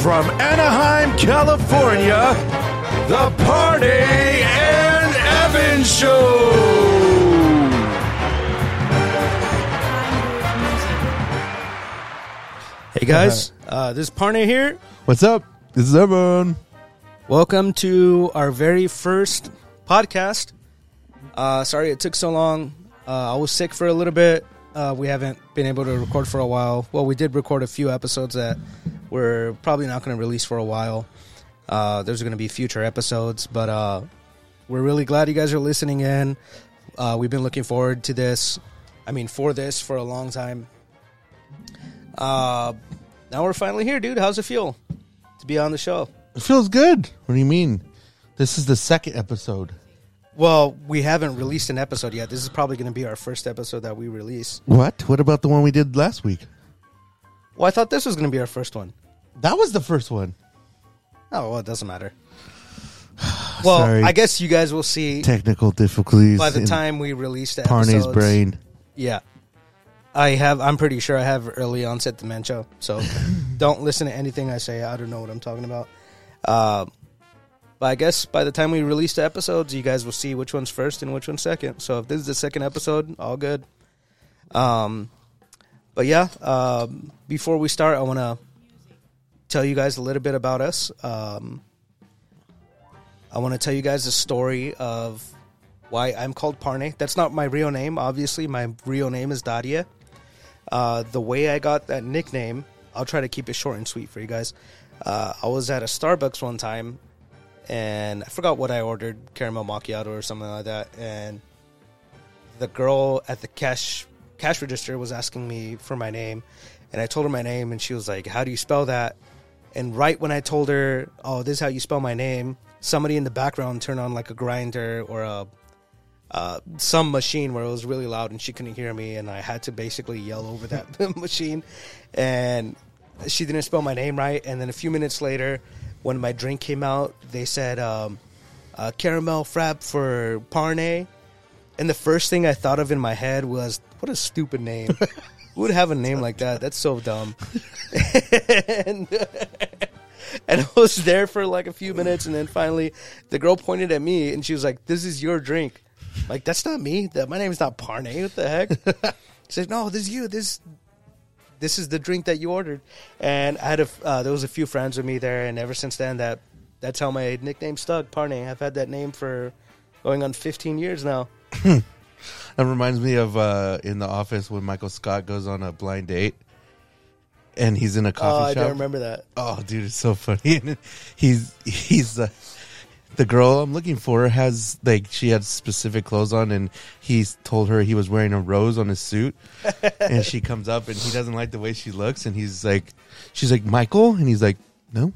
from Anaheim, California, the Party and Evan Show. Hey guys, uh, this is Parnay here. What's up? This is Evan. Welcome to our very first podcast. Uh, sorry it took so long. Uh, I was sick for a little bit. Uh, we haven't been able to record for a while. Well, we did record a few episodes that we're probably not going to release for a while. Uh, there's going to be future episodes, but uh, we're really glad you guys are listening in. Uh, we've been looking forward to this. I mean, for this for a long time. Uh, now we're finally here, dude. How's it feel to be on the show? It feels good. What do you mean? This is the second episode. Well, we haven't released an episode yet. This is probably going to be our first episode that we release. What? What about the one we did last week? Well, I thought this was going to be our first one. That was the first one. Oh, well, it doesn't matter. Well, Sorry. I guess you guys will see Technical difficulties. by the in time we release the Parnay's episodes. brain. Yeah. I have I'm pretty sure I have early onset dementia, so don't listen to anything I say. I don't know what I'm talking about. Uh, but I guess by the time we release the episodes, you guys will see which one's first and which one's second. So if this is the second episode, all good. Um, but yeah, um, before we start, I want to tell you guys a little bit about us. Um, I want to tell you guys the story of why I'm called Parnay. That's not my real name, obviously. My real name is Daria. Uh, the way I got that nickname, I'll try to keep it short and sweet for you guys. Uh, I was at a Starbucks one time, and I forgot what I ordered caramel macchiato or something like that. And the girl at the cash cash register was asking me for my name, and I told her my name, and she was like, "How do you spell that?" And right when I told her, "Oh, this is how you spell my name," somebody in the background turned on like a grinder or a uh, some machine where it was really loud and she couldn't hear me, and I had to basically yell over that machine. And she didn't spell my name right. And then a few minutes later, when my drink came out, they said um, uh, caramel frap for Parnay. And the first thing I thought of in my head was, what a stupid name. Who would have a name like that? That's so dumb. and, uh, and I was there for like a few minutes, and then finally, the girl pointed at me and she was like, "This is your drink." Like that's not me. That my name's not Parnay. What the heck? she said, "No, this is you. This this is the drink that you ordered." And I had a f- uh, there was a few friends with me there, and ever since then, that that's how my nickname stuck. Parnay. I've had that name for going on 15 years now. That reminds me of uh, in the office when Michael Scott goes on a blind date, and he's in a Oh, coffee I shop. don't remember that. Oh, dude, it's so funny. he's he's the the girl I'm looking for has like she had specific clothes on, and he's told her he was wearing a rose on his suit, and she comes up and he doesn't like the way she looks, and he's like, she's like Michael, and he's like, no,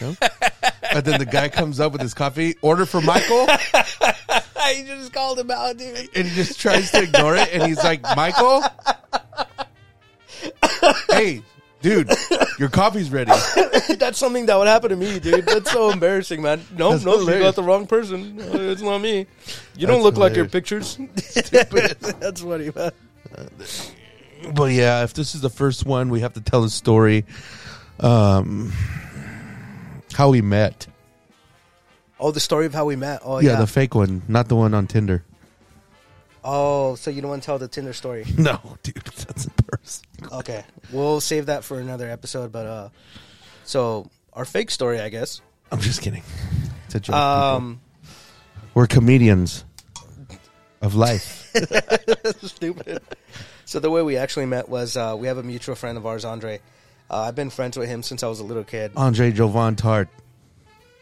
no. But then the guy comes up with his coffee, order for Michael, I just called him out, dude. and he just tries to ignore it, and he's like, Michael, hey, dude, your coffee's ready. That's something that would happen to me, dude. That's so embarrassing, man. No, That's no, you hilarious. got the wrong person. Uh, It's not me. You don't That's look like your hilarious. pictures. That's funny, man. But yeah, if this is the first one, we have to tell the story. Um, how we met. Oh, the story of how we met. Oh, yeah, yeah. the fake one, not the one on Tinder. oh, so you don't want to tell the Tinder story? No, dude, that's embarrassing. Okay, we'll save that for another episode. But uh, so our fake story, I guess. I'm just kidding. It's a joke. people. Um, We're comedians of life. stupid. So the way we actually met was uh, we have a mutual friend of ours, Andre. Uh, I've been friends with him since I was a little kid. Andre Jovan Tart.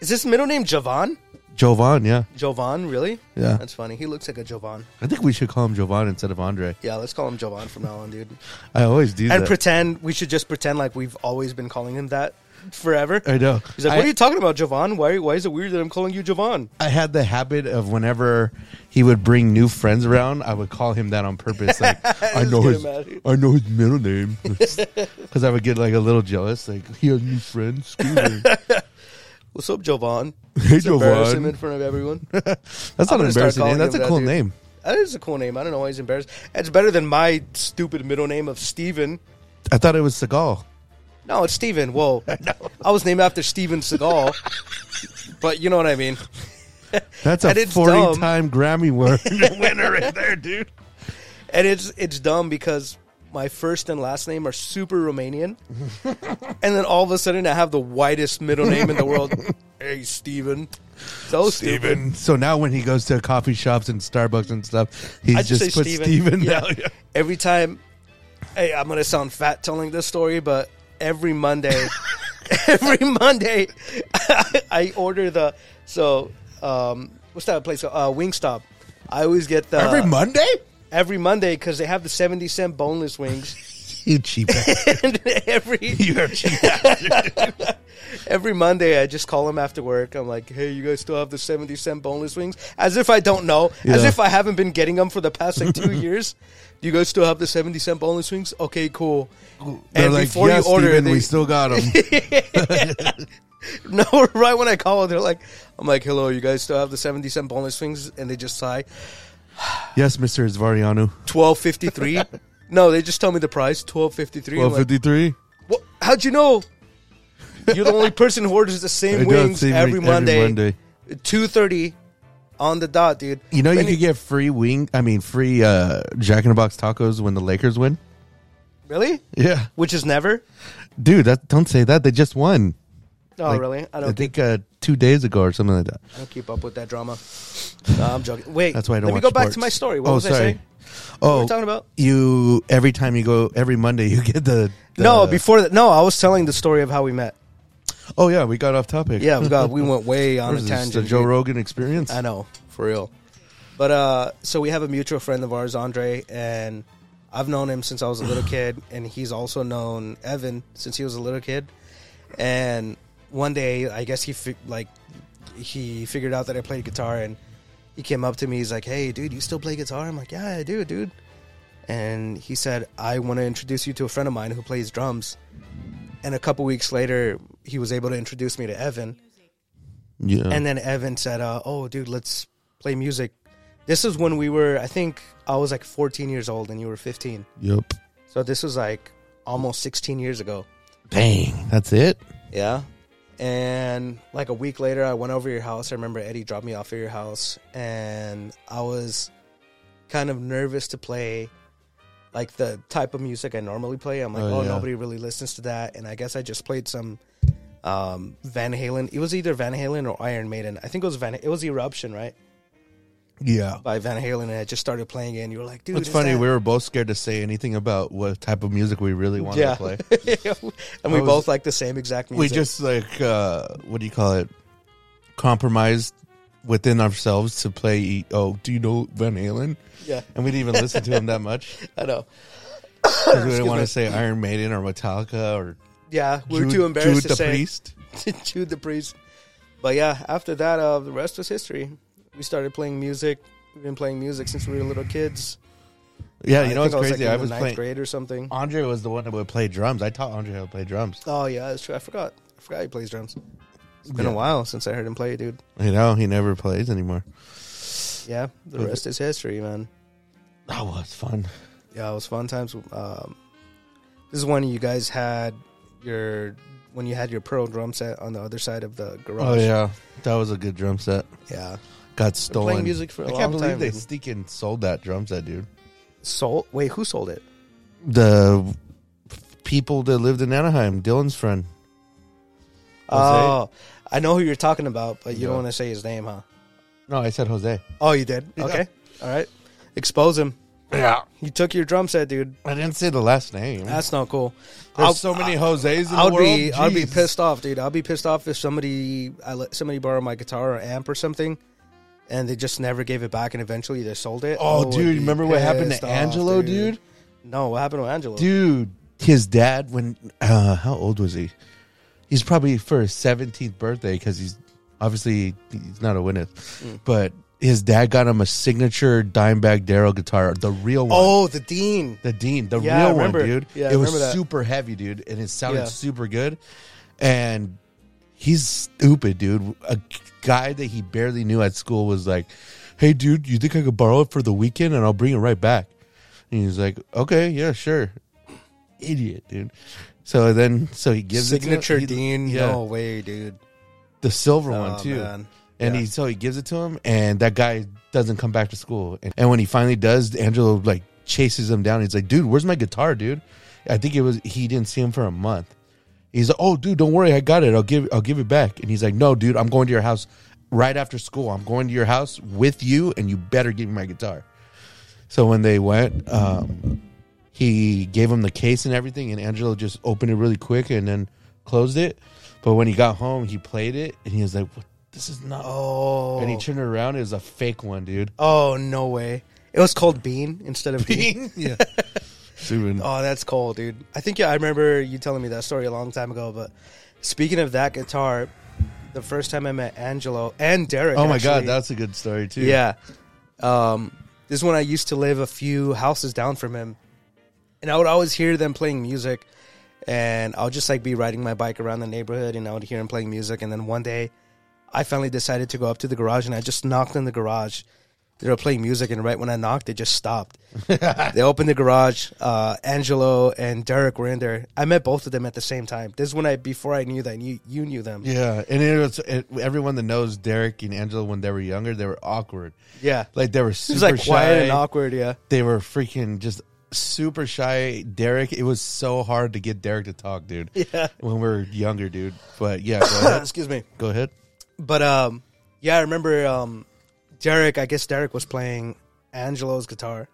Is this middle name Javon? Jovan, yeah. Jovan, really? Yeah. That's funny. He looks like a Jovan. I think we should call him Jovan instead of Andre. Yeah, let's call him Jovan from now on, dude. I always do And that. pretend we should just pretend like we've always been calling him that forever. I know. He's like, "What I- are you talking about, Jovan? Why? Why is it weird that I'm calling you Jovan?" I had the habit of whenever he would bring new friends around, I would call him that on purpose. Like I know get his, him out of here. I know his middle name, because I would get like a little jealous. Like he has new friends. Screw him. What's up, Jovan? Hey, Just embarrass him Jovan. in front of everyone. That's I'm not an gonna start embarrassing calling name. That's him a that, cool dude. name. That is a cool name. I don't know why he's embarrassed. It's better than my stupid middle name of Steven. I thought it was Seagal. No, it's Steven. Whoa. I was named after Steven Seagal. but you know what I mean. That's And a it's dumb. forty-time Grammy wor- winner right there, dude. And it's it's dumb because my first and last name are super Romanian. and then all of a sudden I have the whitest middle name in the world. hey Steven. So Steven. So now when he goes to coffee shops and Starbucks and stuff, he I just, just say puts Steven. Steven Yeah. down. Yeah. Every time hey, I'm gonna sound fat telling this story, but every Monday every Monday I, order the so um what's that place called? uh Wingstop. I always get the Every Monday? every Monday because they have the seventy cent boneless wings. You cheap ass. and every you are cheap ass. every Monday, I just call them after work. I'm like, "Hey, you guys still have the seventy cent boneless wings?" As if I don't know. As Yeah. if I haven't been getting them for the past like two years. Do you guys still have the seventy cent boneless wings? Okay, cool. They're and like, before "Yeah, you order, Steven, they, we still got him. no. Right when I call, they're like, "I'm like, hello, you guys still have the seventy cent boneless wings?" And they just sigh. yes, Mister Zvarianu. Twelve fifty three. No, they just tell me the price. Twelve fifty three. Twelve fifty-three. Well, how'd you know? You're the only person who orders the same wings every Monday, two thirty on the dot, dude. You know, you Many- could get free wing. I mean, free uh, Jack in the Box tacos when the Lakers win. really, Yeah, which is never. dude. That don't say that. They just won. Oh, Like, really? I I, don't think think uh, two days ago or something like that. I don't keep up with that drama. No, I'm joking. Wait, That's why I don't. Let me watch go back to sports. my story. What oh, was sorry. I saying? Oh, were we talking about? you. Every time you go, every Monday you get the. the- no, before that. No, I was telling the story of how we met. Oh yeah, we got off topic. Yeah, we got we went way on What a is this, tangent. the Joe dude. Rogan experience. I know, for real. But uh, so we have a mutual friend of ours, Andre, and I've known him since I was a little kid, and he's also known Evan since he was a little kid. And one day, I guess he fi- like he figured out that I played guitar, and he came up to me. He's like, "Hey, dude, you still play guitar?" I'm like, "Yeah, I do, dude." And he said, "I want to introduce you to a friend of mine who plays drums." And a couple weeks later, he was able to introduce me to Evan. Yeah. And then Evan said, uh, "Oh, dude, let's play music." This is when we were. I think I was like 14 years old and you were 15. yep. So this was like almost 16 years ago. Dang, that's it. Yeah. And like a week later, I went over to your house. I remember Eddie dropped me off at your house, and I was kind of nervous to play like the type of music I normally play. I'm like, Oh, oh, yeah. nobody really listens to that. And I guess I just played some um, Van Halen. It was either Van Halen or Iron Maiden. I think it was Van. It was Eruption, right? Yeah. by Van Halen, and I just started playing it. And you were like, "Dude, It's is funny. that- We were both scared to say anything about what type of music we really wanted yeah." to play. and we I was- both like the same exact music. we just like uh what do you call it? Compromised within ourselves to play. Oh, do you know Van Halen? yeah, And we didn't even listen to him that much I know. because we didn't Excuse want me. to say Iron Maiden or Metallica or Yeah, we were Jude- too embarrassed Jude to the say Priest. Jude the priest. But yeah, after that, uh, the rest was history. We started playing music. We've been playing music since we were little kids. Yeah, you know I think what's I was, crazy? Like, in I the was ninth playing. grade or something. Andre was the one that would play drums. I taught Andre how to play drums. Oh yeah, that's true. I forgot. I forgot he plays drums. It's been Yeah. a while since I heard him play, dude. You know, he never plays anymore. Yeah, the Was rest is history, man. That was fun. Yeah, it was fun times. Um, this is when you guys had your when you had your pearl drum set on the other side of the Oh garage. yeah, that was a good drum set. yeah. Got Been stolen. Playing music for a I long can't believe time. they dude. stinking sold that drum set, dude. sold. Wait, who sold it? The people that lived in Anaheim, Dylan's friend. Oh, I know who you're talking about, but you Yeah. don't want to say his name, huh? No, I said Jose. Oh, you did. Yeah. Okay, all right. Expose him. Yeah, You took your drum set, dude. I didn't say the last name. There's That's not cool. so many Jose's in I'd the world. be I'd be Jeez. pissed off, dude. I'd be pissed off if somebody I let somebody borrow my guitar or amp or something, and they just never gave it back, and eventually they sold it. Oh, I'd dude, be remember what happened to pissed off, Angelo, dude? No, what happened to Angelo? dude. His dad, when uh, how old was he? He's probably for his seventeenth birthday because he's obviously he's not a winner, but his dad got him a signature Dimebag Daryl guitar, the real one. Oh, the dean. The Dean, the Yeah, I real one, remember. dude. Yeah, I it was remember that. super heavy, dude, and it sounded Yeah. super good. And he's stupid, dude. A guy that he barely knew at school was like, "Hey, dude, you think I could borrow it for the weekend and I'll bring it right back?" And he's like, "Okay, yeah, sure." idiot, dude. So then, so he gives it to him. Signature He- Dean. yeah, No way, dude. the silver one Oh, too. man. And Yeah. he so he gives it to him, and that guy doesn't come back to school. And, and when he finally does, Angelo like chases him down. He's like, "Dude, where's my guitar, dude?" I think it was he didn't see him for a month. He's like, "Oh, dude, don't worry, I got it. I'll give I'll give it back." And he's like, "No, dude, I'm going to your house right after school. I'm going to your house with you, and you better give me my guitar." So when they went, um, he gave him the case and everything, and Angelo just opened it really quick and then closed it. But when he got home, he played it, and he was like, what? "This is not." Oh. And he turned it around. It was a fake one, dude. oh, no way. It was called Bean instead of Bean. yeah. Oh, that's cool, dude. I think yeah, I remember you telling me that story a long time ago. But speaking of that guitar, the first time I met Angelo and Derek. oh my god, actually- that's a good story too. yeah. Um, this is when I used to live a few houses down from him, and I would always hear them playing music, and I'll just like be riding my bike around the neighborhood, and I would hear him playing music, and then one day, I finally decided to go up to the garage, and I just knocked on the garage. They were playing music, and right when I knocked, they just stopped. they opened the garage. Uh, Angelo and Derek were in there. I met both of them at the same time. This is when I before I knew that you you knew them. yeah. And it was it, everyone that knows Derek and Angelo when they were younger, they were awkward. Yeah, Like they were super it was like quiet shy. and awkward. Yeah. They were freaking just super shy. Derek, it was so hard to get Derek to talk, dude. Yeah. When we were younger, dude. But yeah, go ahead. Excuse me. go ahead. But um, yeah, I remember um, Derek. I guess Derek was playing Angelo's guitar,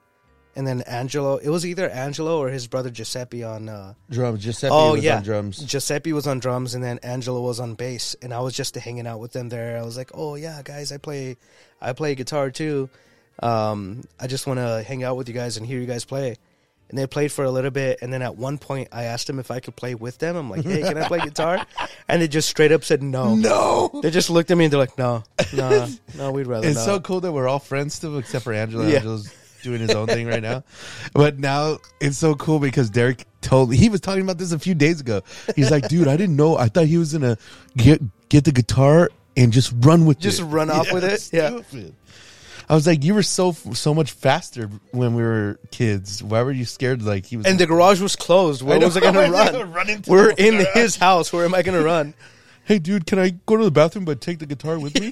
and then Angelo. It was either Angelo or his brother Giuseppe on. Uh, Drums. Giuseppe oh was yeah, on drums. Giuseppe was on drums, and then Angelo was on bass. And I was just hanging out with them there. I was like, oh yeah, guys, I play, I play guitar too. Um, I just want to hang out with you guys and hear you guys play. And they played for a little bit, and then at one point, I asked them if I could play with them. I'm like, "Hey, can I play guitar?" And they just straight up said no. No. They just looked at me and they're like, no, no, no, we'd rather It's not. so cool that we're all friends still, except for Angelo. uh, Yeah. Angelo's doing his own thing right now. But now it's so cool because Derek told he was talking about this a few days ago. He's like, dude, I didn't know. I thought he was gonna get get the guitar and just run with Just it. run off with it? Yeah. stupid. I was like, you were so so much faster when we were kids. Why were you scared? Like he was. and the garage was closed. Where know. was I going to I know, run? run into We're the in his house. Where am I going to run? hey, dude, can I go to the bathroom but take the guitar with me?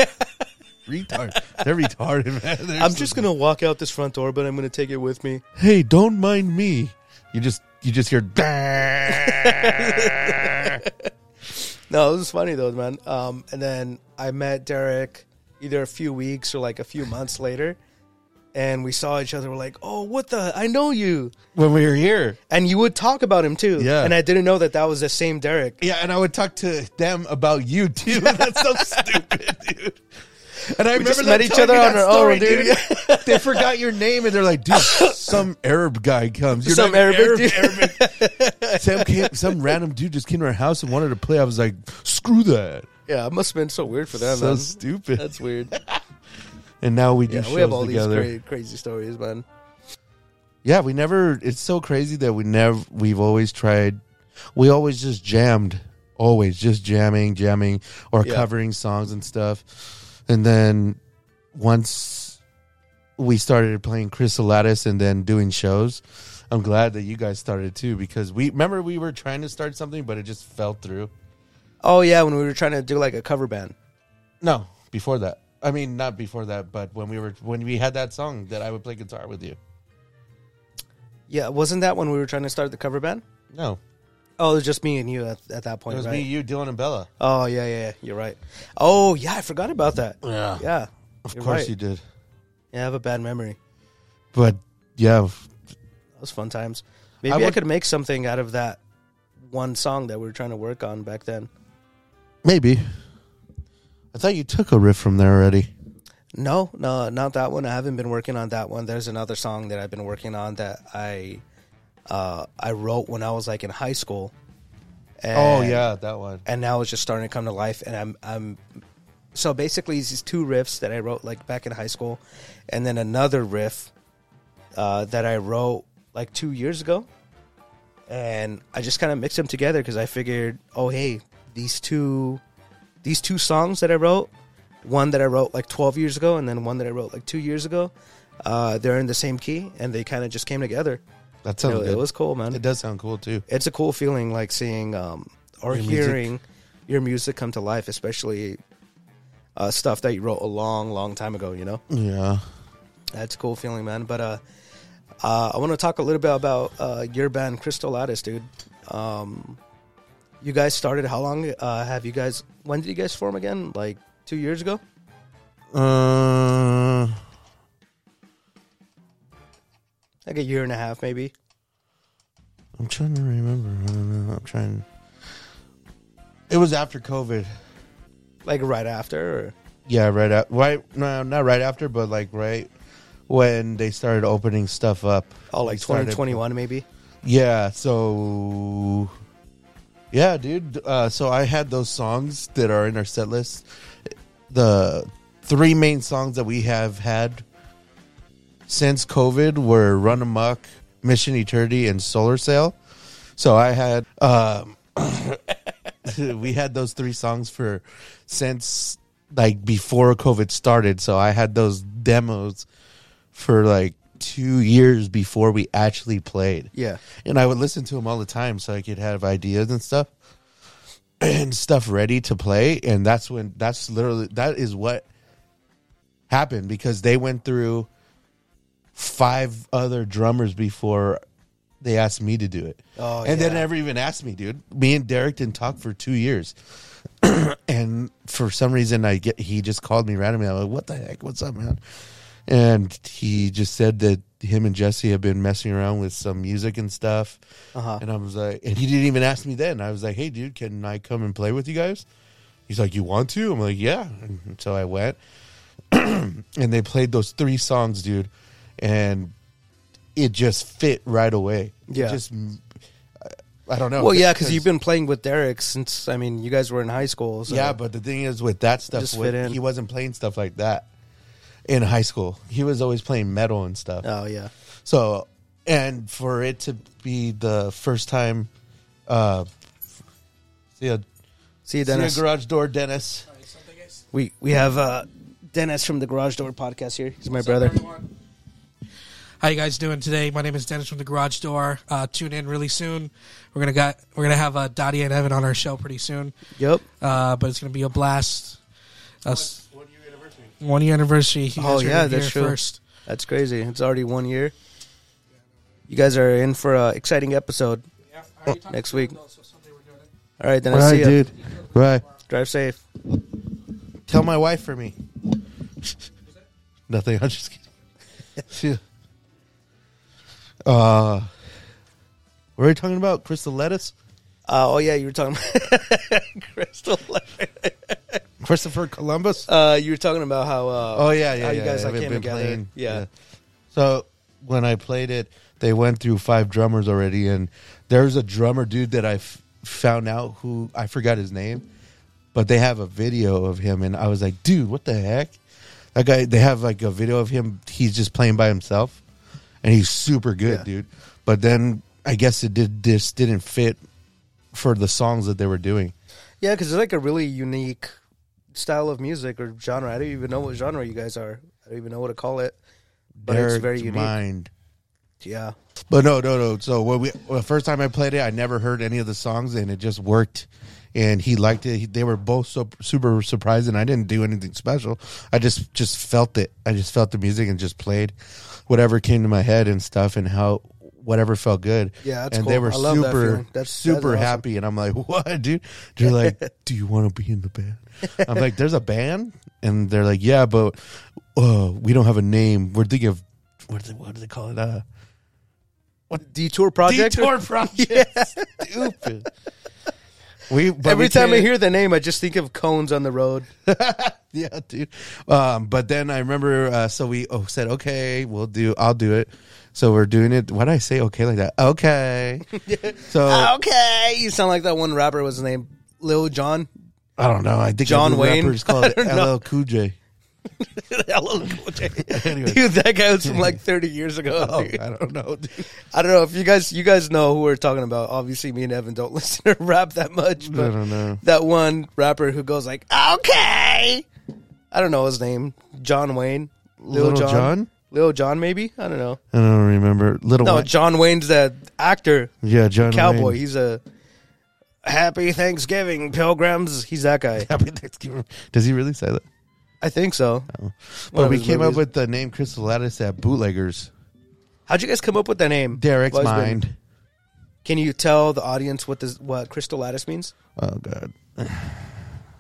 Retard. They're retarded, man. They're I'm so just going to walk out this front door, but I'm going to take it with me. hey, don't mind me. You just you just hear No, it was funny though, man. Um, and then I met Derek either a few weeks or like a few months later. And we saw each other. We're like, oh, what the? I know you. when we were here. And you would talk about him too. Yeah. And I didn't know that that was the same Derek. Yeah, and I would talk to them about you too. That's so stupid, dude. And I remember just them met each telling other me on that our story, own, dude. they forgot your name, and they're like, "Dude, some Arab guy comes. You're Some not even Arabic Arabic. some came, some random dude just came to our house and wanted to play. I was like, "Screw that." Yeah, it must have been so weird for them. so man. stupid. That's weird. and now we do Yeah, shows we have all together. these great, crazy stories, man. Yeah, we never. It's so crazy that we never. We've always tried. We always just jammed. Always just jamming, jamming, or Yeah. covering songs and stuff. And then once we started playing Chris Lattice and then doing shows, I'm glad that you guys started too because we remember we were trying to start something, but it just fell through. Oh yeah, when we were trying to do like a cover band. No, before that. I mean, not before that, but when we were when we had that song that I would play guitar with you. Yeah, wasn't that when we were trying to start the cover band? No, Oh, it was just me and you at, at that it point, was right? me, you, Dylan, and Bella. Oh yeah, yeah, yeah, you're right. Oh yeah, I forgot about that. Yeah, Yeah, of you're course right. you did. yeah, I have a bad memory. But yeah, f- Those fun times. Maybe I, would- could make something out of that one song that we were trying to work on back then. maybe. I thought you took a riff from there already. No, no, not that one. I haven't been working on that one. There's another song that I've been working on that I uh, I wrote when I was like in high school. Oh And- yeah, that one. and now it's just starting to come to life and i'm i'm so basically it's these two riffs that i wrote like back in high school and then another riff uh, that i wrote like two years ago and i just kind of mixed them together because i figured oh hey these two these two songs that i wrote one that i wrote like 12 years ago and then one that i wrote like two years ago uh, they're in the same key and they kind of just came together That It, sounds good. it was cool, man. it does sound cool too. it's a cool feeling like seeing um, or Your music. hearing your music come to life, especially uh, stuff that you wrote a long, long time ago. You know, Yeah. that's a cool feeling, man. But uh, uh, I want to talk a little bit about uh, your band, Crystal Lattice, dude. Um, you guys started how long? Uh, have you guys? When did you guys form again? Like two years ago? Uh, Like a year and a half, maybe. I'm trying to remember. I don't know. I'm trying. It was after COVID. Like right after. Or? Yeah, right after. Right, no, not right after, but like right when they started opening stuff up. Oh, like They started- 2021, maybe. Yeah. So. Yeah, dude. Uh, so I had those songs that are in our set list. The three main songs that we have had since COVID were Run Amok, Mission Eternity, and Solar Sail. So I had um, we had those three songs for since like before COVID started. So I had those demos for like two years before we actually played Yeah. and I would listen to them all the time, so I could have ideas and stuff, and stuff ready to play. And that's when that's literally that is what happened because they went through five other drummers before they asked me to do it, Oh, and they yeah. never even asked me, dude. Me and Derek didn't talk for two years. and for some reason, I get he just called me randomly. I'm like, "What the heck? What's up, man?" And he just said that him and Jesse have been messing around with some music and stuff. Uh-huh. And I was like, and he didn't even ask me then. I was like, "Hey, dude, can I come and play with you guys?" He's like, "You want to?" I'm like, "Yeah." And so I went, and they played those three songs, dude, and it just fit right away. It Yeah. just I I don't know. Well, yeah, because you've been playing with Derek since I mean, you guys were in high school. So. yeah, but the thing is, with that stuff, Just with- fit in. he wasn't playing stuff like that in high school. He was always playing metal and stuff. oh yeah, So, and for it to be the first time, uh, see ya, see you, see ya, Dennis. garage door, Dennis. we we have uh, Dennis from the Garage Door Podcast here. He's my brother. How you guys doing today? My name is Dennis from the Garage Door. Uh, tune in really soon. We're gonna got we're gonna have uh, Dottie and Evan on our show pretty soon. Yep. Uh, but it's gonna be a blast. Us one year anniversary. You guys Oh, heard it yeah, here that's true. First. That's crazy. It's already one year. You guys are in for an exciting episode. Next week. All right, then I see you. Right. Drive safe. Tell my wife for me. Nothing. I'm just kidding. See ya. Uh, what are we talking about? Crystal lettuce. Uh, oh yeah, you were talking Crystal. Christopher Columbus. Uh, you were talking about how. Uh, Oh yeah, yeah, how you yeah, guys yeah. like, We've came been together. playing, Yeah. So when I played it, they went through five drummers already, and there's a drummer dude that I f- found out who I forgot his name, but they have a video of him, and I was like, dude, what the heck? That guy. They have like a video of him. He's just playing by himself, and he's super good, Yeah. dude. But then I guess it did this didn't fit for the songs that they were doing. Yeah, because it's like a really unique style of music or genre. I don't even know what genre you guys are. I don't even know what to call it. But it's very Derek's unique. mind. Yeah. But no, no, no. So when we well, the first time I played it, I never heard any of the songs, and it just worked. And he liked it. He, they were both so super surprised, and I didn't do anything special. I just just felt it. I just felt the music and just played whatever came to my head and stuff, and how whatever felt good. Yeah, that's and they cool. were I love that super feeling. That's- super that's awesome. happy, and I'm like, what, dude? They're like, do you want to be in the band? I'm like, there's a band, and they're like, yeah, but uh, we don't have a name. We're thinking of what do they, what do they call it? Uh, Detour Project. Detour Project. Stupid. We but Every we time I created- hear the name, I just think of cones on the road. yeah, dude. Um, but then I remember, uh, so we oh, said, okay, we'll do, I'll do it. So we're doing it. Why did I say okay like that? Okay. so okay, you sound like that one rapper. What's his name? Lil John. I don't know. I think John every Wayne? rapper's called I it don't know. LL Cool J. Hello, Cool J. Anyway. Dude, that guy was from like 30 years ago. Oh, dude. I don't know. Dude. I don't know if you guys you guys know who we're talking about. Obviously, me and Evan don't listen to rap that much. But don't know. That one rapper who goes like, "Okay," I don't know his name. John Wayne, Lil Little John? Lil John, maybe I don't know. I don't remember. Little No, Wayne- John Wayne's that actor yeah, John cowboy. Wayne. He's a Happy Thanksgiving, pilgrims. He's that guy. Happy Thanksgiving. Does he really say that? I think so. Oh. One But of we his came up movies. with the name Crystal Lattice at Bootleggers. How'd you guys come up with that name? Derek's What's been- mind. Can you tell the audience what this what crystal lattice means? Oh God,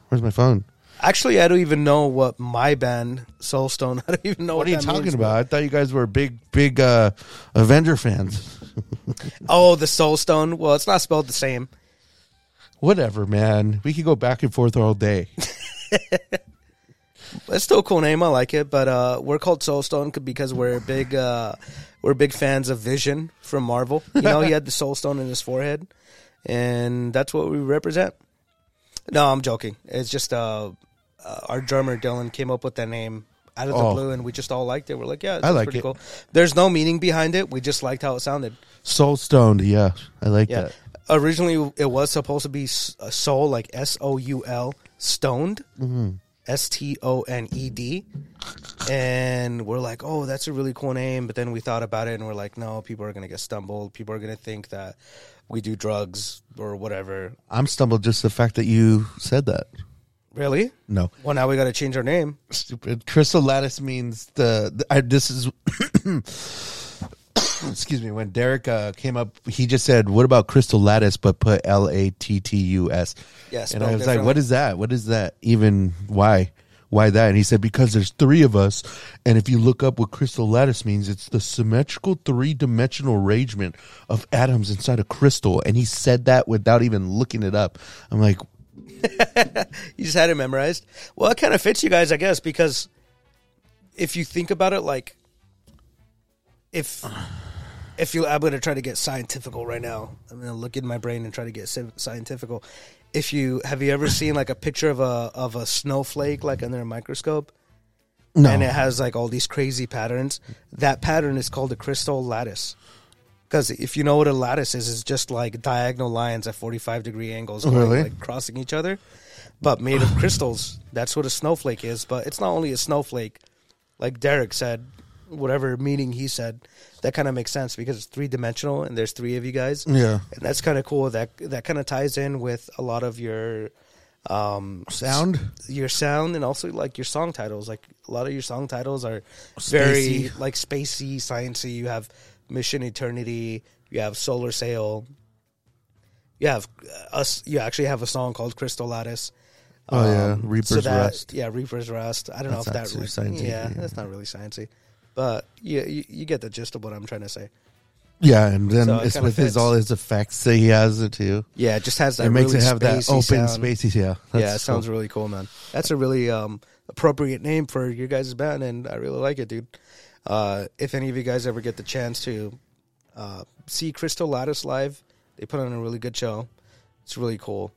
where's my phone? Actually, I don't even know what my band Soulstone. I don't even know what, What are you that talking means. about? I thought you guys were big, big uh, Avenger fans. Oh, the Soulstone. Well, it's not spelled the same. Whatever, man. We could go back and forth all day. It's still a cool name. I like it, but uh, we're called Soulstone c- because we're big. Uh, we're big fans of Vision from Marvel. You know, he had the Soulstone in his forehead, and that's what we represent. No, I'm joking. It's just uh, uh, our drummer Dylan came up with that name out of the Oh. blue, and we just all liked it. We're like, yeah, I that's like pretty it. cool. There's no meaning behind it. We just liked how it sounded. Soul stoned. Yeah, I like Yeah. that. Originally, it was supposed to be s- uh, soul, like S O U L, stoned, S T O N E D. And we're like, oh, that's a really cool name. But then we thought about it and we're like, no, people are going to get stumbled. People are going to think that we do drugs or whatever. I'm stumbled just the fact that you said that. Really? No, Well, now we got to change our name. stupid. Crystal lattice means the, the- I, this is. excuse me. When Derek uh, came up, he just said, "What about crystal lattice?" But put L A T T U S. Yeah, and spelled I was like, "What differently. is that? What is that even? Why?" Why that? And he said, because there's three of us. And if you look up what crystal lattice means, it's the symmetrical three dimensional arrangement of atoms inside a crystal. And he said that without even looking it up. I'm like, You just had it memorized. Well, it kind of fits you guys, I guess, because if you think about it, like if if you, I'm going to try to get scientifical right now. I'm going to look in my brain and try to get sci- scientifical. If you have you ever seen like a picture of a of a snowflake like under a microscope, no. and it has like all these crazy patterns. That pattern is called a crystal lattice. Because if you know what a lattice is, it's just like diagonal lines at 45 degree angles going, Really? like crossing each other, but made of crystals. That's what a snowflake is. But it's not only a snowflake, like Derek said, whatever meaning he said, that kind of makes sense because it's three dimensional and there's three of you guys. Yeah. And that's kind of cool. That that kind of ties in with a lot of your um, Sound? your sound and also like your song titles. Like a lot of your song titles are very Spacey. like spacey, sciencey. You have Mission Eternity. You have Solar Sail. You have uh, us. You actually have a song called Crystal Lattice. Um, Oh, yeah. Reaper's so that, Rest. Yeah, Reaper's Rust. I don't know if That's that really actually sciencey, Yeah, yeah. that's not really sciencey, but you, you you get the gist of what I'm trying to say. Yeah, and then So it it's kinda with his fits. all his effects that he has it too. Yeah, it just has that. it makes really it have that spacey open sound. spaces. Yeah, yeah, it sounds really cool, man. That's a really um, appropriate name for your guys' band, and I really like it, dude. Uh, if any of you guys ever get the chance to uh, see Crystal Lattice live, they put on a really good show. It's really cool.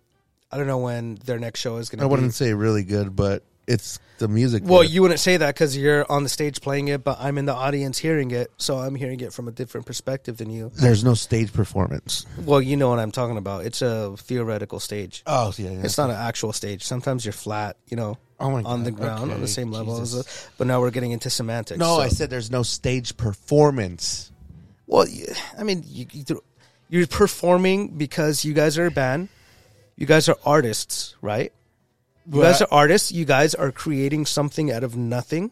I don't know when their next show is going I to be. wouldn't say really good, but it's the music. Well, that- you wouldn't say that because you're on the stage playing it, but I'm in the audience hearing it, so I'm hearing it from a different perspective than you. there's no stage performance. Well, you know what I'm talking about. It's a theoretical stage. Oh yeah, yeah. It's not an actual stage. Sometimes you're flat, you know, Oh my on God. the ground, on Okay, the same level Jesus. as. A, but now we're getting into semantics. no, so- I said there's no stage performance. Well, you- I mean, you, you do- you're performing because you guys are a band. You guys are artists, right? You guys are artists. You guys are creating something out of nothing,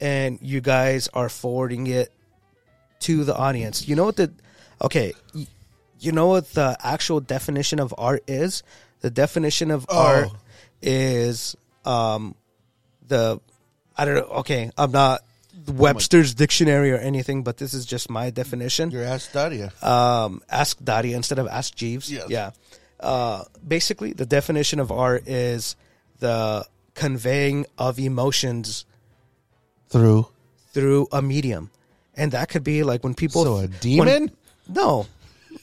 and you guys are forwarding it to the audience. You know what the okay? y- You know what the actual definition of art is? The definition of art is um the I don't know. Okay, I'm not Webster's dictionary or anything, but this is just my definition Your ass study. um, ask Daria instead of ask Jeeves. Yes. Yeah. Uh, basically, the definition of art is the conveying of emotions Through through a medium, and that could be like when people. So a when- demon? no,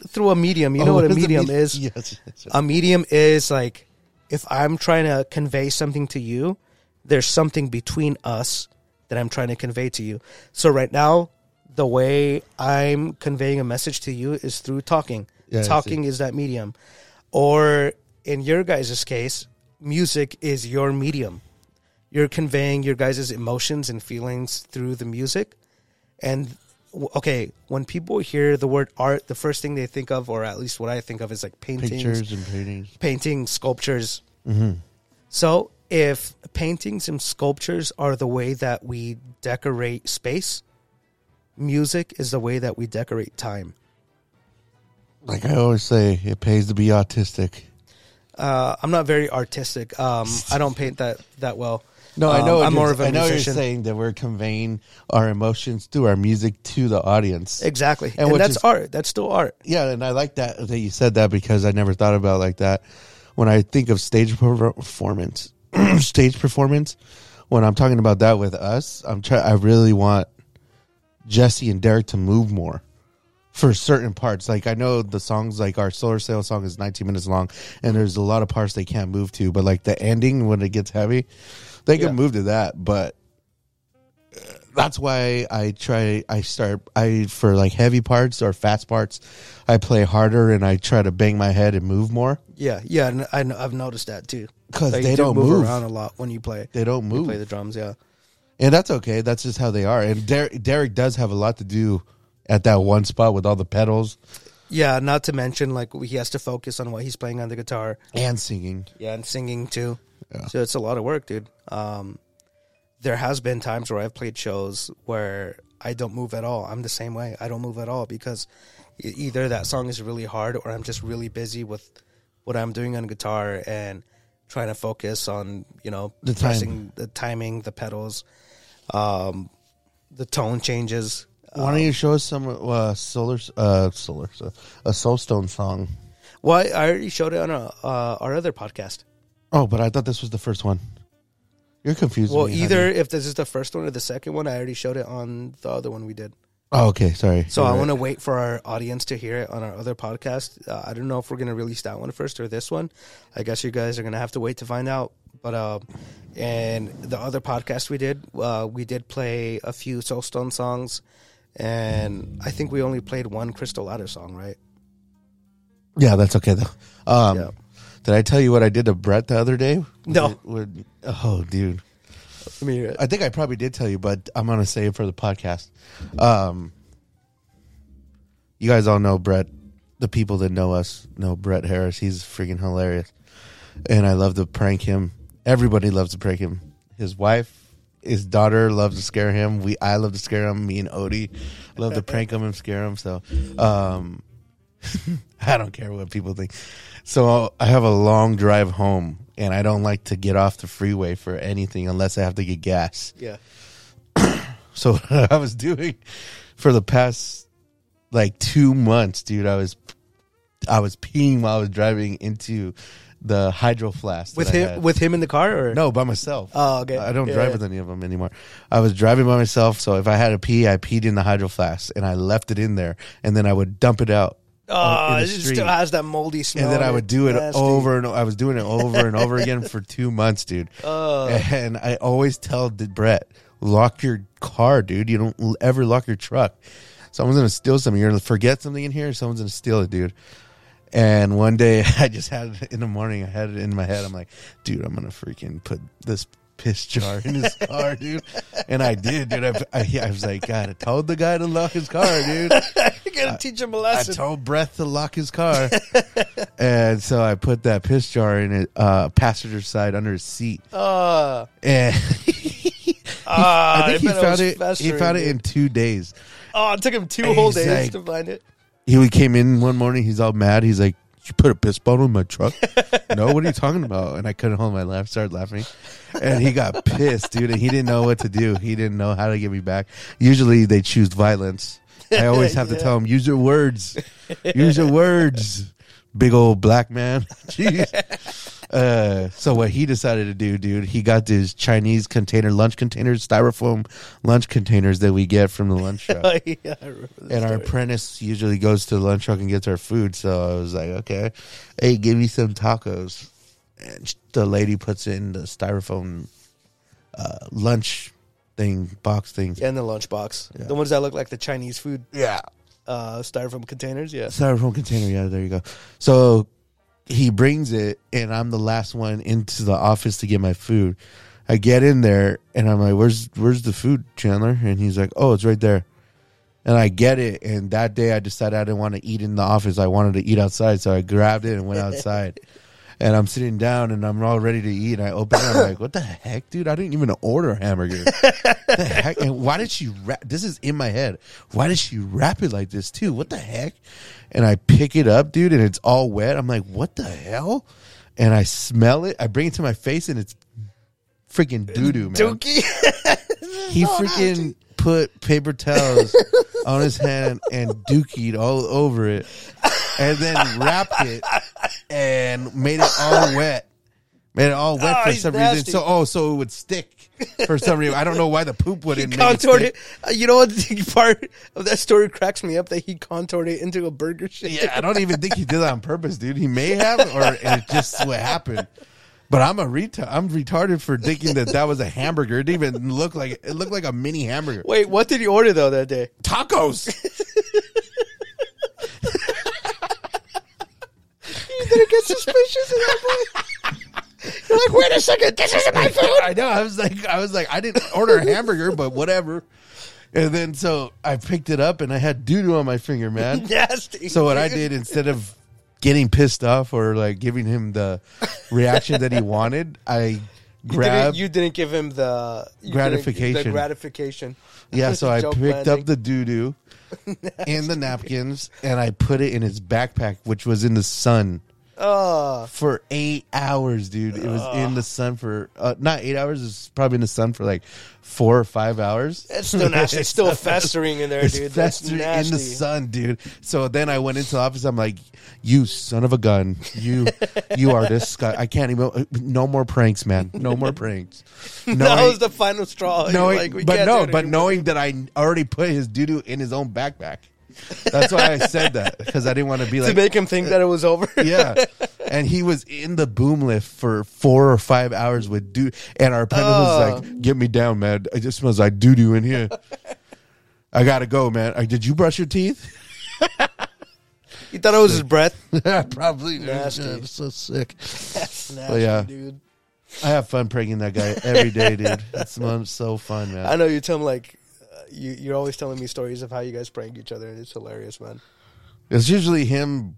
through a medium. You know Oh, what a is medium medi- is. Yes, yes, yes. A medium is like if I'm trying to convey something to you, there's something between us that I'm trying to convey to you. So right now, the way I'm conveying a message to you is through talking. Yeah, I see. talking is that medium. Or in your guys' case, music is your medium. you're conveying your guys' emotions and feelings through the music. And w- okay, when people hear the word art, the first thing they think of, or at least what I think of, is like paintings, Pictures and paintings. painting sculptures. Mm-hmm. So if paintings and sculptures are the way that we decorate space, music is the way that we decorate time. Like I always say, it pays to be autistic. Uh, I'm not very artistic. Um, I don't paint that that well. No, I Um, know. I'm more of a I know musician. you're saying that we're conveying our emotions through our music to the audience. Exactly, And and, which that's is- art. That's still art. yeah, and I like that that you said that because I never thought about it like that. When I think of stage per- performance, stage performance, when I'm talking about that with us, I'm try. I really want Jesse and Derek to move more for certain parts. Like I know the songs, like our solar sail song is 19 minutes long, and there's a lot of parts they can't move to. But like the ending when it gets heavy, they Yeah. can move to that. But uh, that's why I try. I start. I for like heavy parts or fast parts, I play harder and I try to bang my head and move more Yeah, yeah. and I, kn- I've noticed that too. because Like, they you do don't move. around a lot when you play. They don't You move. play the drums. Yeah, And that's okay. That's just how they are. And Der- Derek does have a lot to do at that one spot with all the pedals yeah. Not to mention like he has to focus on what he's playing on the guitar. and singing. Yeah, and singing too. So it's a lot of work, dude. Um, there has been times where I've played shows where I don't move at all. I'm the same way. I don't move at all because e- either that song is really hard or I'm just really busy with what I'm doing on guitar and trying to focus on, you know, The time. pressing the timing, the pedals, um, the tone changes. Why don't you show us some uh, solar, uh, solar, so- a Soulstone song? Well, I I already showed it on a, uh, our other podcast. Oh, but I thought this was the first one. You're confusing Well, me, either honey. if this is the first one or the second one, I already showed it on the other one we did. Oh, okay. Sorry. So I want to wait for our audience to hear it on our other podcast. Uh, I don't know if we're going to release that one first or this one. I guess you guys are going to have to wait to find out. But uh, and the other podcast we did, uh, we did play a few Soulstone songs, and I think we only played one Crystal Ladder song, right? to. Yeah, that's okay though. Um, Yeah. Did I tell you what I did to Brett the other day? No. Would- would- oh, dude. I mean, I uh, think I probably did tell you, but I'm gonna say it for the podcast. Um, you guys all know Brett. The people that know us know Brett Harris. He's freaking hilarious, and I love to prank him. Everybody loves to prank him. His wife, his daughter loves to scare him. We, I love to scare him. Me and Odie love to prank him and scare him. So, um, I don't care what people think. So I have a long drive home, and I don't like to get off the freeway for anything unless I have to get gas. yeah, So what I was doing for the past like two months, dude, I was I was peeing while I was driving into the hydro flask that with I him, had. with him in the car, or no by myself. Oh, okay. I don't Yeah, drive yeah. with any of them anymore. I was driving by myself, so if I had to pee, I peed in the hydro flask and I left it in there, and then I would dump it out. Oh, in the it street. still has that moldy smell. and then I in would do it Nasty. over and o- I was doing it over and over again for two months, dude. and I always tell the Brett, lock your car, dude. You don't l- ever lock your truck. Someone's gonna steal something. You're gonna forget something in here. Someone's gonna steal it, dude. And one day I just had it in the morning. I had it in my head. I'm like, dude, I'm gonna freaking put this piss jar in his car, dude. And I did, dude. I, I, I was like, God, I told the guy to lock his car, dude. You gotta teach him a I lesson. told Brett to lock his car, and so I put that piss jar in it, uh, passenger side under his seat, Uh, and ah, I think he bet found was it. He festering, found it dude. in two days. Oh, it took him two And whole he's days like- to find it. He came in one morning. He's all mad. He's like, "You put a piss bottle in my truck?" no, what are you talking about? And I couldn't hold my laugh. Started laughing, and he got pissed, dude. And he didn't know what to do. He didn't know how to get me back. Usually they choose violence. I always have to Yeah. tell him, "Use your words. Use your words." Big old black man. Jeez. Uh, so what he decided to do, dude, he got these Chinese container lunch containers, styrofoam lunch containers that we get from the lunch truck Oh, yeah, I remember this and our story. apprentice usually goes to the lunch truck and gets our food. So I was like, okay, hey, give me some tacos. And sh- the lady puts it in the styrofoam uh, lunch thing, box thing. and the lunchbox, the ones that look like the Chinese food yeah. uh, styrofoam containers. Yeah, Styrofoam container. Yeah, there you go. So he brings it, and I'm the last one into the office to get my food. I get in there and I'm like, "Where's where's the food, Chandler?" And he's like, "Oh, it's right there." And I get it. And that day, I decided I didn't want to eat in the office. I wanted to eat outside, so I grabbed it and went outside. and I'm sitting down and I'm all ready to eat. And I open it. I'm like, "What the heck, dude? I didn't even order a hamburger. the heck? And why did she wrap? This is in my head. Why did she wrap it like this too? What the heck?" And I pick it up, dude, and it's all wet. I'm like, "What the hell?" And I smell it. I bring it to my face, and it's freaking doo doo, man. Dookie. He freaking put paper towels on his hand and dookied all over it, and then wrapped it and made it all wet. Made it all wet Oh, for he's some reason. nasty. So oh, so it would stick for some reason. I don't know why the poop wouldn't make it contoured stick. it. Uh, You know what? The part of that story cracks me up that he contoured it into a burger shape. Yeah, I don't even think he did that on purpose, dude. He may have, or it just what happened. But I'm a retard. I'm retarded for thinking that that was a hamburger. It didn't even look like it looked like a mini hamburger. Wait, what did he order though that day? Tacos. Did it get suspicious at that point? You're like, wait a second, this isn't my food. I know. I was like, I was like, I didn't order a hamburger, but whatever. And then so I picked it up and I had doo doo on my finger, man. Nasty. So what I did instead of getting pissed off or like giving him the reaction that he wanted, I You didn't- grabbed. you didn't give him the you didn't- Gratification. The gratification. yeah, so I Joke picked landing. up the doo doo and the napkins and I put it in his backpack, which was in the sun. Oh, for eight hours, dude. It was in the sun for uh, not eight hours. It's probably in the sun for like four or five hours. that's still nasty. It's still festering in there, It's dude. festering that's in nasty. the sun, dude. So then I went into the office. I'm like, "You son of a gun! You, you are this guy. I can't even. No more pranks, man. No more pranks. No, that I- was the final straw. You're knowing, like, we but can't no, do it but anymore. knowing that I already put his doo doo in his own backpack. That's why I said that because I didn't want to be to like make him think that it was over. yeah. And he was in the boom lift for four or five hours with dude. And our apprentice was Oh. like, "Get me down, man! It just smells like doo doo in here. I gotta go, man. Uh, did you brush your teeth? He thought it was his breath. Probably. dude. Nasty. Yeah, I'm so sick. That's nasty, yeah. dude. I have fun pranking that guy every day, dude. It's mon- so fun, man. I know you tell him like uh, you, you're always telling me stories of how you guys prank each other, and it's hilarious, man. It's usually him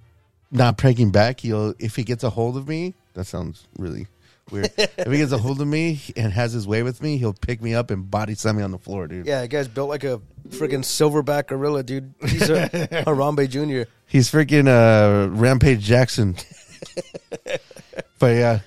not pranking back. He'll if he gets a hold of me. That sounds really weird. if he gets a hold of me and has his way with me, he'll pick me up and body slam me on the floor, dude. Yeah, that guy's built like a freaking silverback gorilla, dude. He's a Harambe Junior. He's freaking uh, Rampage Jackson. but yeah,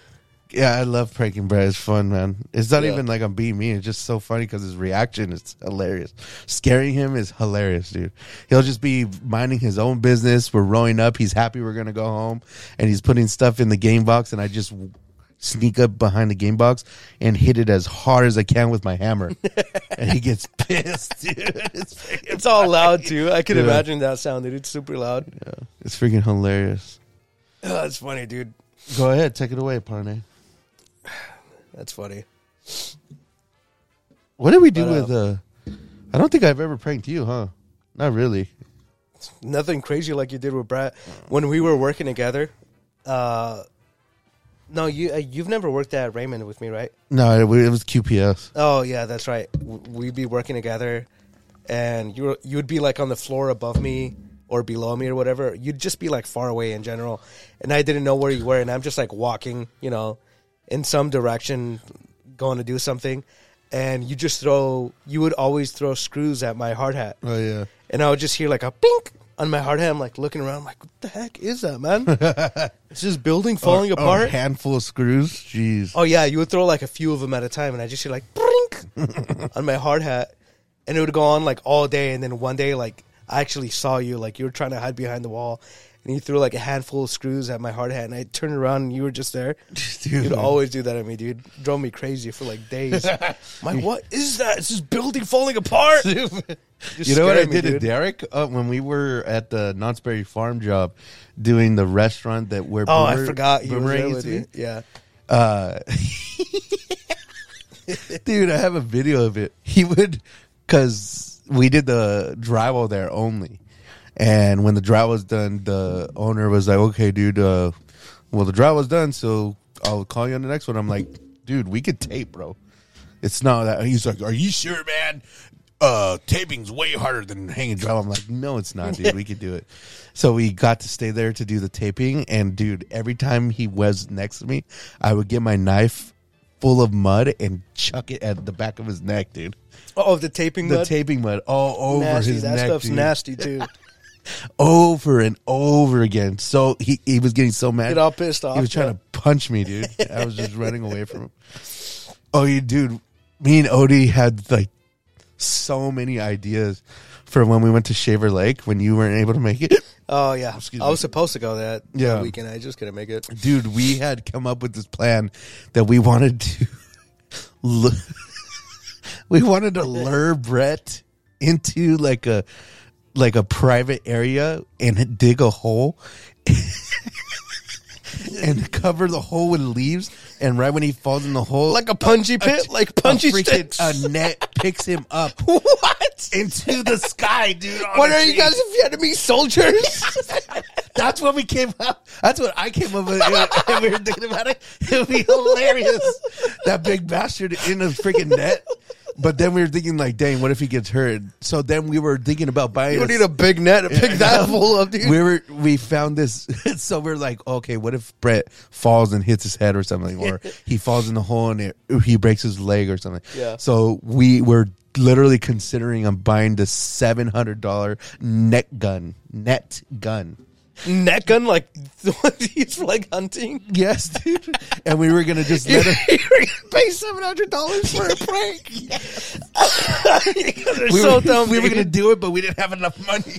yeah, I love pranking Brad. It's fun, man. It's not Yeah. even like I'm being mean. It's just so funny because his reaction is hilarious. Scaring him is hilarious, dude. He'll just be minding his own business. We're rowing up. He's happy we're gonna go home, and he's putting stuff in the game box, and I just. Sneak up behind the game box and hit it as hard as I can with my hammer, and he gets pissed, dude. It's freaking It's all loud too. I can Yeah. imagine that sound, dude. It's super loud. it's freaking hilarious. Oh, that's funny, dude. Go ahead, take it away, Parnay. That's funny. What did we do But, uh, with? Uh, I don't think I've ever pranked you, huh? Not really. nothing crazy like you did with Brad when we were working together. Uh, no, you uh, you've never worked at Raymond with me, right? No, it, wa- it was QPS. Oh yeah, that's right. W- We'd be working together, and you were, you'd be like on the floor above me or below me or whatever. You'd just be like far away in general, and I didn't know where you were, and I'm just like walking, you know, in some direction, going to do something, and you just throw. You would always throw screws at my hard hat Oh yeah, and I would just hear like a pink on my hard hat. I'm like looking around, I'm like, what the heck is that, man? it's this building falling Or- or apart. Oh, handful of screws. Jeez. oh yeah, you would throw like a few of them at a time, and I just hear like brink on my hard hat, and it would go on like all day. And then one day, like I actually saw you, like you were trying to hide behind the wall, and you threw like a handful of screws at my hard hat, and I turned around and you were just there. Dude. You'd always do that at me, dude. Drove me crazy for like days. i like, what is that? It's this building falling apart. Just you know what I scared me, did to dude. Derek uh, when we were at the Knott's Berry Farm job, doing the restaurant that where Oh, I Boomer- forgot you were Boomerang there used with to me. be? Yeah. Uh, dude, I have a video of it. He would, because we did the drywall there only. And when the drywall was done, the owner was like, okay, dude, uh, well, the drywall's done, so I'll call you on the next one. I'm like, dude, we could tape, bro. It's not that he's like, "Are you sure, man? Uh, taping's way harder than hanging dry." I'm like, "No, it's not, dude. We could do it." So we got to stay there to do the taping, and dude, every time he was next to me, I would get my knife full of mud and chuck it at the back of his neck, dude. Oh, the taping The mud? taping mud all over nasty. his that neck, stuff's dude. nasty too. over and over again. So he, he was getting so mad. Get all pissed off, He was trying yeah. to punch me, dude. I was just running away from him. Oh, you dude, me and Odie had like so many ideas for when we went to Shaver Lake when you weren't able to make it. Oh yeah, Excuse I me. was supposed to go that, that Yeah. weekend. I just couldn't make it. Dude, we had come up with this plan that we wanted to lu- we wanted to lure Brett into like a like a private area and dig a hole and cover the hole with leaves and right when he falls in the hole Like a uh, punchy pit, like a punchy freaking sticks. a net picks him up what? into the sky dude on What a are you tree. guys Vietnamese soldiers? That's what we came up. That's what I came up with. And we were thinking about it. It'd be hilarious. That big bastard in a freaking net. But then we were thinking, like, dang, what if he gets hurt? So then we were thinking about buying. you a- don't need a big net to pick that fool up, dude. we were we found this, so we're like, okay, what if Brett falls and hits his head or something, or he falls in the hole and it, he breaks his leg or something. Yeah. So we were literally considering on buying the seven hundred dollar net gun, net gun. Net gun, like the ones used for like hunting. Yes, dude. and we were gonna just You're let him. gonna pay seven hundred dollars for a prank. They're We so were, dumb. we were dude. gonna do it, but we didn't have enough money.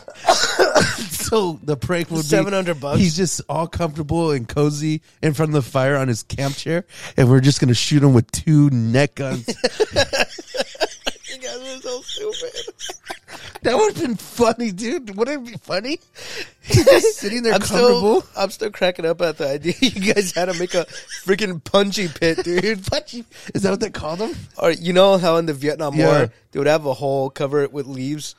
so the prank would be 700 bucks. He's just all comfortable and cozy in front of the fire on his camp chair, and we're just gonna shoot him with two net guns. You guys are so stupid. that would have been funny, dude. Wouldn't it be funny? He's just sitting there I'm comfortable. still, I'm still cracking up at the idea you guys had to make a freaking punchy pit, dude. Punchy. Is that what they called him? Or you know how in the Vietnam Yeah. War they would have a hole, cover it with leaves,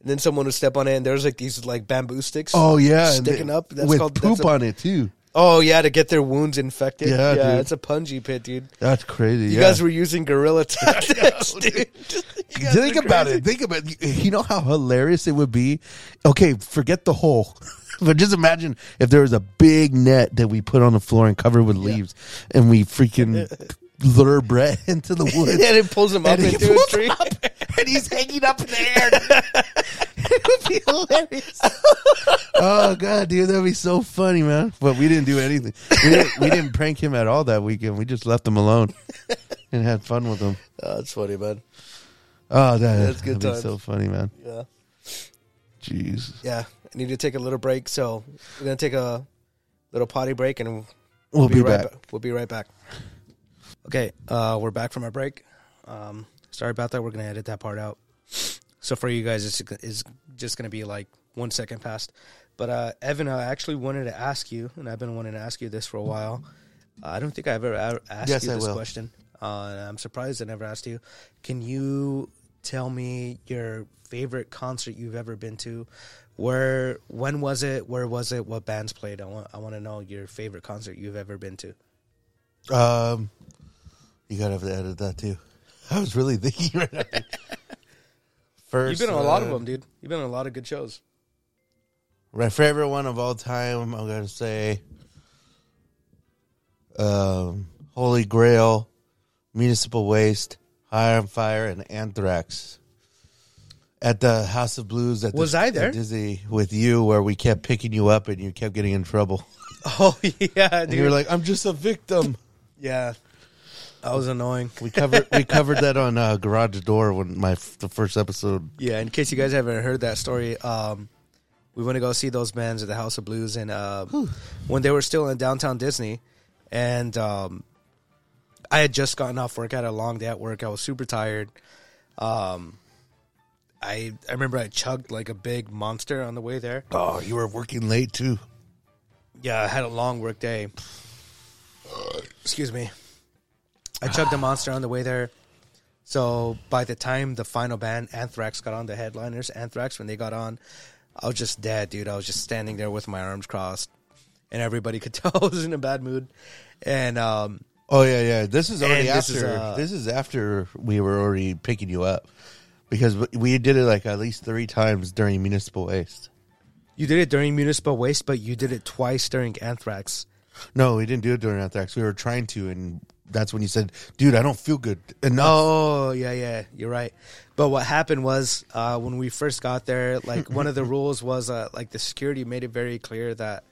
and then someone would step on it, and there was like these like bamboo sticks. Oh yeah, and sticking they- up. That's with called poop that's a- on it too. Oh yeah, to get their wounds infected. Yeah, Yeah, dude. it's a punji pit, dude. That's crazy. yeah. You guys were using guerrilla tactics, dude. You guys Think are about crazy. it. Think about you know how hilarious it would be. Okay, forget the hole, but just imagine if there was a big net that we put on the floor and covered with leaves, and we freaking lure Brett into the woods. And it pulls him up And he into a pulls tree. and he's hanging up in the air. it would be hilarious. oh god, dude, that'd be so funny, man. But we didn't do anything. We didn't, we didn't prank him at all that weekend. We just left him alone and had fun with him. Oh, that's funny, man. Oh, that, That's that'd good be times. so funny, man. Yeah, Jeez. yeah. I need to take a little break, so we're gonna take a little potty break, and We'll, be, right back. We'll be right back. Okay, uh, we're back from our break. Um, sorry about that. We're gonna edit that part out. So for you guys, it's is just gonna be like one second past. But uh, Evan, I actually wanted to ask you, and I've been wanting to ask you this for a while. I don't think I've ever a- asked Yes, you I this will. question. Uh, and I'm surprised I never asked you. Can you tell me your favorite concert you've ever been to? Where, when was it? Where was it? What bands played? I want, I want to know your favorite concert you've ever been to. Um, you gotta have to edit that too. I was really thinking right now. You've First, been on a lot of uh, them, dude. You've been on a lot of good shows. My favorite one of all time, I'm gonna say, um, Holy Grail, Municipal Waste, High on Fire, and Anthrax. At the House of Blues, at the- Was I at there? Dizzy with you, where we kept picking you up and you kept getting in trouble. Oh yeah, And you were like, "I'm just a victim." yeah, I was annoying. We covered we covered that on uh, Garage Door when my f- the first episode. Yeah, in case you guys haven't heard that story, um, we went to go see those bands at the House of Blues, and uh, when they were still in downtown Disney, and um, I had just gotten off work. I had a long day at work. I was super tired. Um, I I remember I chugged like a big monster on the way there. Oh, you were working late too. Yeah, I had a long work day. Excuse me. I chugged a monster on the way there. So by the time the final band, Anthrax, got on the headliners, Anthrax, when they got on, I was just dead, dude. I was just standing there with my arms crossed, and everybody could tell I was in a bad mood. And um, Oh yeah, yeah. This is already And this after. is, This is, uh, after we were already picking you up because we- we did it like at least three times during municipal waste. You did it during municipal waste, but you did it twice during anthrax. No, we didn't do it during anthrax. We were trying to, and that's when you said, "Dude, I don't feel good." And Oh yeah, yeah, you're right. But what happened was uh, when we first got there, like one of the rules was uh, like the security made it very clear that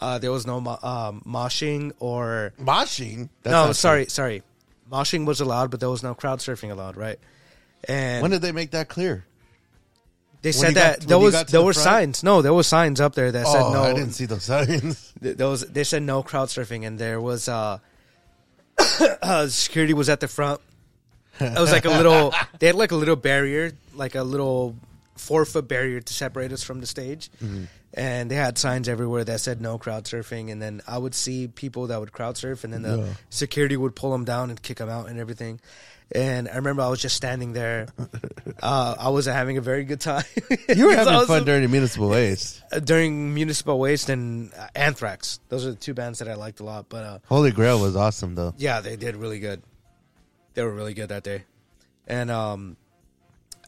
uh, there was no mo- um, moshing or moshing. That's not no, true. sorry, sorry, moshing was allowed, but there was no crowd surfing allowed, right? And When did they make that clear? they you said got- that when there you was got to there the were front? signs. No, there was signs up there that Oh, said no. I didn't see those signs. th- there was they said no crowd surfing and there was uh, security was at the front it was like a little they had like a little barrier like a little four foot barrier to separate us from the stage Mm-hmm. and they had signs everywhere that said no crowd surfing and then i would see people that would crowd surf and then the security would pull them down and kick them out and everything and i remember i was just standing there uh, i was having a very good time You were 'Cause I having was fun during municipal waste. during Municipal Waste and uh, Anthrax. Those are the two bands that I liked a lot. But uh, Holy Grail was awesome though. yeah, they did really good. They were really good that day. And um,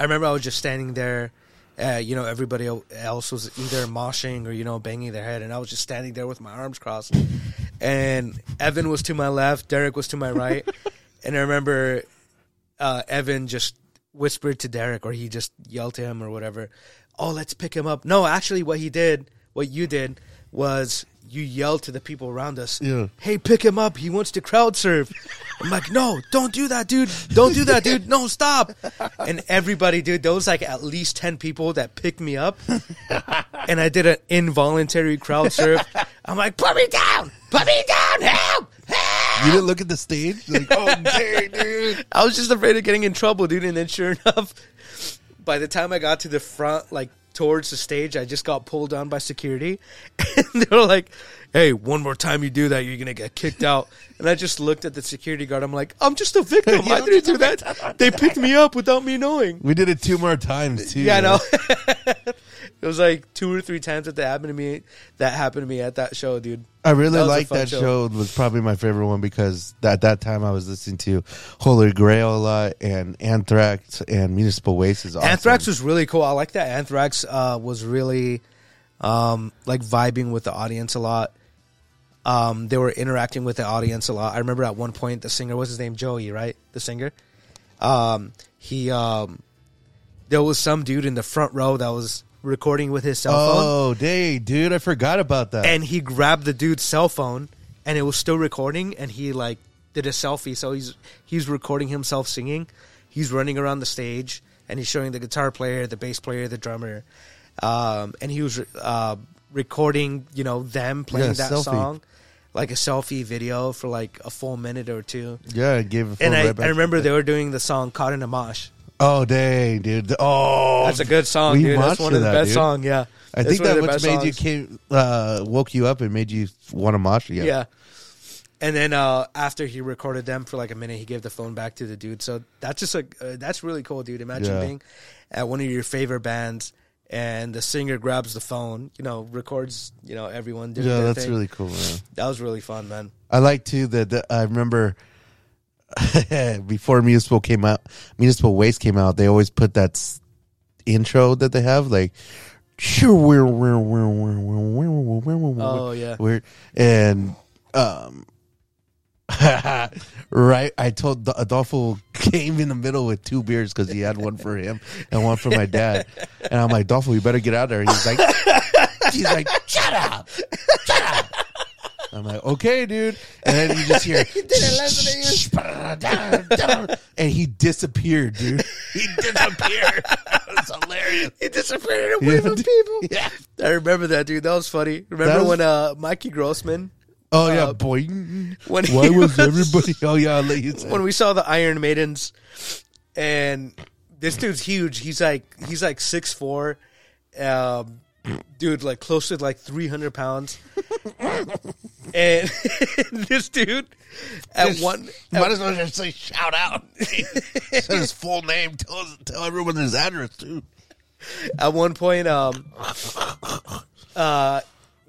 I remember I was just standing there. Uh, you know, everybody el- else was either moshing or you know banging their head, and I was just standing there with my arms crossed. and Evan was to my left, Derek was to my right, and I remember uh, Evan just whispered to Derek, or he just yelled to him, or whatever. Oh, let's pick him up. No, actually, what he did, what you did, was you yelled to the people around us. Yeah. Hey, pick him up. He wants to crowd surf. I'm like, no, don't do that, dude. Don't do that, dude. No, stop. And everybody, dude, there was like at least ten people that picked me up, and I did an involuntary crowd surf. I'm like, put me down, put me down, help, help. You didn't look at the stage. Like, oh, dang, dude. I was just afraid of getting in trouble, dude. And then sure enough, by the time I got to the front, like towards the stage, I just got pulled down by security. And they were like, hey, one more time you do that, you're going to get kicked out. And I just looked at the security guard. I'm like, I'm just a victim. I didn't do that. They picked me up without me knowing. We did it two more times too. Yeah, I know. it was like two or three times that that happened to me. That happened to me at that show, dude. I really That was a like fun that show. Was probably my favorite one because at that time I was listening to Holy Grail a lot and Anthrax and Municipal Waste is awesome. Anthrax was really cool. I like that Anthrax uh, was really um, like vibing with the audience a lot. Um, they were interacting with the audience a lot. I remember at one point the singer was his name Joey, right? The singer. Um, he um, there was some dude in the front row that was recording with his cell phone oh, dang, dude, I forgot about that. and he grabbed the dude's cell phone and it was still recording and he like did a selfie so he's he's recording himself singing he's running around the stage and he's showing the guitar player the bass player the drummer um, and he was uh, recording you know them playing a that selfie. song like a selfie video for like a full minute or two yeah, it gave. a full and I, right back I to remember that. they were doing the song caught in a mosh Oh, dang, dude. Oh, that's a good song we dude that's moshed one to of the that, best dude. song yeah I That's think one that of the which best made you songs. came, uh, woke you up and made you want to mosh again. Yeah. And then uh, after he recorded them for like a minute, he gave the phone back to the dude. So that's just like uh, that's really cool, dude. Imagine Yeah. being at one of your favorite bands and the singer grabs the phone, you know, records, you know, everyone doing yeah, their that's thing. really cool. Man. that was really fun, man. I like too that that I remember before municipal came out, municipal waste came out. They always put that s- intro that they have, like sure, we're we're we're we're we're we're we're we're we're Oh, yeah. we're and um. right, I told D- Adolfo came in the middle with two beers because he had one for him and one for my dad, and I'm like, Adolfo, you better get out there. He's like, he's like, shut up, shut up. I'm like, okay, dude. And then you just hear, and he disappeared, dude. He disappeared. It's hilarious. He disappeared away from people. Yeah. I remember that, dude. That was funny. Remember That was- when uh, Mikey Grossman Oh yeah, Uh, boy. when Why he was was- everybody? Oh yeah, like you said. when we saw the Iron Maidens, and this dude's huge. He's like he's like six four, um, dude, like close to like three hundred pounds. and this dude at one Might as well just say shout out. Said his full name. Tell us- tell everyone his address too. at one point, um, uh,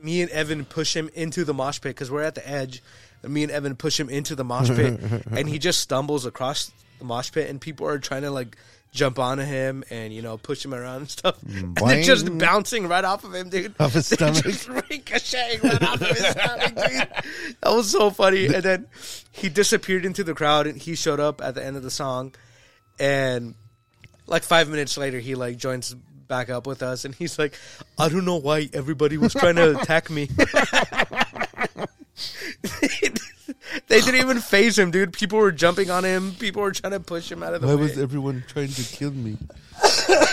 me and Evan push him into the mosh pit because we're at the edge. And me and Evan push him into the mosh pit, and he just stumbles across the mosh pit, and people are trying to like jump onto him and you know push him around and stuff, and they're just Boing. bouncing right off of him, dude. Off his They're stomach. just ricocheting right off of his stomach, dude. That was so funny. And then he disappeared into the crowd, and he showed up at the end of the song, and like five minutes later, he like joins back up with us, and he's like, "I don't know why everybody was trying to attack me." they didn't even phase him, dude. People were jumping on him. People were trying to push him out of the Why way. was everyone trying to kill me?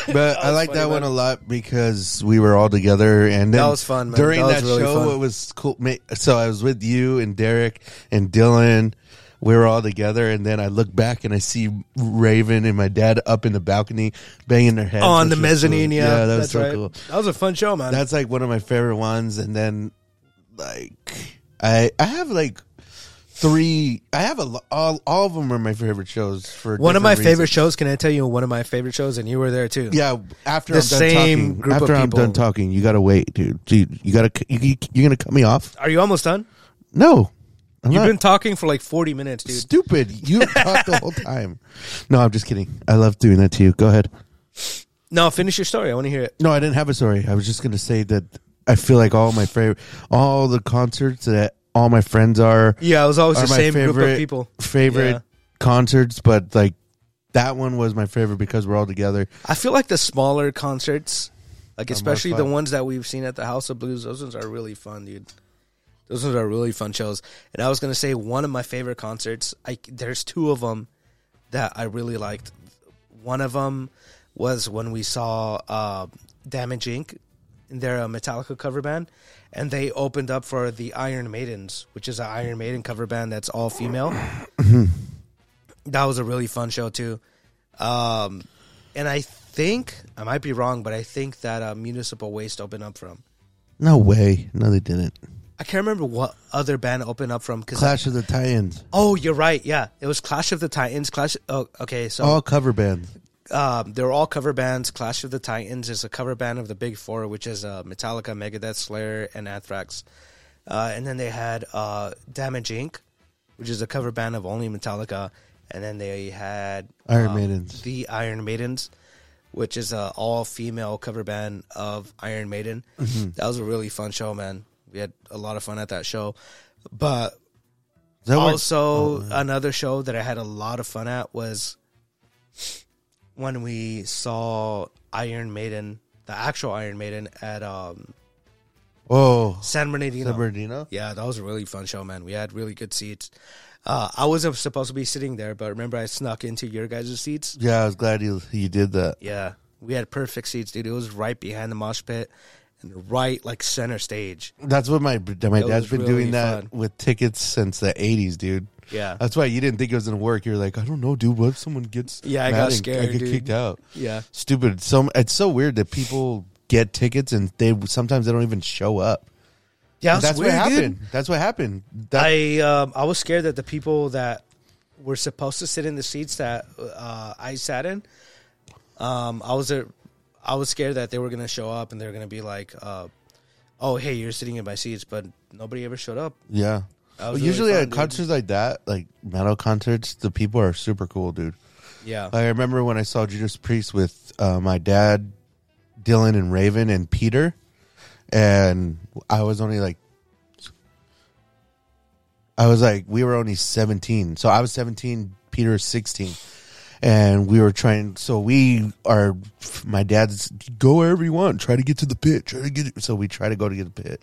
But I like funny, that man. one a lot because we were all together, and then That was fun, man. During That was that, really show, fun. it was cool. ma- So I was with you and Derek and Dylan. We were all together, and then I look back and I see Raven and my dad up in the balcony banging their heads on the which was cool. mezzanine, yeah, that was that's so right. cool. That was a fun show, man. That's like one of my favorite ones. And then, like, I I have like three. I have a lo- all all of them are my favorite shows. For one of my different reasons. favorite shows. Can I tell you one of my favorite shows? And you were there too. Yeah, after The I'm done same talking, group of after I'm people. done talking, you gotta wait, dude. Dude, you gotta you, you, you're gonna cut me off? Are you almost done? No, I'm You've not been talking for like forty minutes, dude. stupid. You talked the whole time. No, I'm just kidding. I love doing that to you. Go ahead. No, finish your story. I want to hear it. No, I didn't have a story. I was just gonna say that I feel like all my favorite, all the concerts that all my friends are Yeah, it was always are the my same favorite group of people. favorite Yeah. concerts, but like that one was my favorite because we're all together. I feel like the smaller concerts, like more especially the fun. ones that we've seen at the House of Blues, those ones are really fun, dude. Those ones are really fun shows. And I was gonna say one of my favorite concerts. I there's two of them that I really liked. One of them was when we saw uh, Damage Inc. They're a Metallica cover band, and they opened up for the Iron Maidens, which is an Iron Maiden cover band that's all female. that was a really fun show too. Um, and I think I might be wrong, but I think that uh, Municipal Waste opened up from. No way. No, they didn't. I can't remember what other band opened up from. Cause Clash of the Titans. oh, you're right. Yeah, it was Clash of the Titans. Clash. Oh, okay. So All cover bands. um, they're all cover bands. Clash of the Titans is a cover band of the Big Four, which is uh, Metallica, Megadeth, Slayer, and Anthrax. Uh, and then they had uh, Damage Inc., which is a cover band of only Metallica. And then they had Iron um, Maidens. the Iron Maidens, which is a all female cover band of Iron Maiden. That was a really fun show, man. We had a lot of fun at that show. But Is that what- also, another show that I had a lot of fun at was when we saw Iron Maiden, the actual Iron Maiden at um, oh, San Bernardino. San Bernardino? Yeah, that was a really fun show, man. We had really good seats. Uh, I wasn't supposed to be sitting there, but remember I snuck into your guys' seats? Yeah, I was glad you you did that. Yeah. We had perfect seats, dude. It was right behind the mosh pit and right like center stage. That's what my my That dad's was been really doing that fun. with tickets since the '80s, dude. Yeah. That's why you didn't think it was gonna work. You're like, I don't know, dude. What if someone gets Yeah, I mad got and scared, I get dude. kicked out. Yeah. Stupid. So it's so weird that people get tickets and they sometimes they don't even show up. Yeah, it was That's weird, what dude. happened. That's what happened. That, I um, I was scared that the people that were supposed to sit in the seats that uh, I sat in, um, I was a, I was scared that they were gonna show up and they were gonna be like, uh, "Oh, hey, you're sitting in my seats," but nobody ever showed up. yeah. That was Well, really usually fun, at dude. concerts like that, like metal concerts, the people are super cool, dude. Yeah, I remember when I saw Judas Priest with uh, my dad, Dylan, and Raven and Peter, and I was only like, I was like, we were only seventeen, so I was seventeen, Peter was sixteen, and we were trying. So we are, my dad's go wherever you want, try to get to the pit, try to get. So we try to go to get the pit,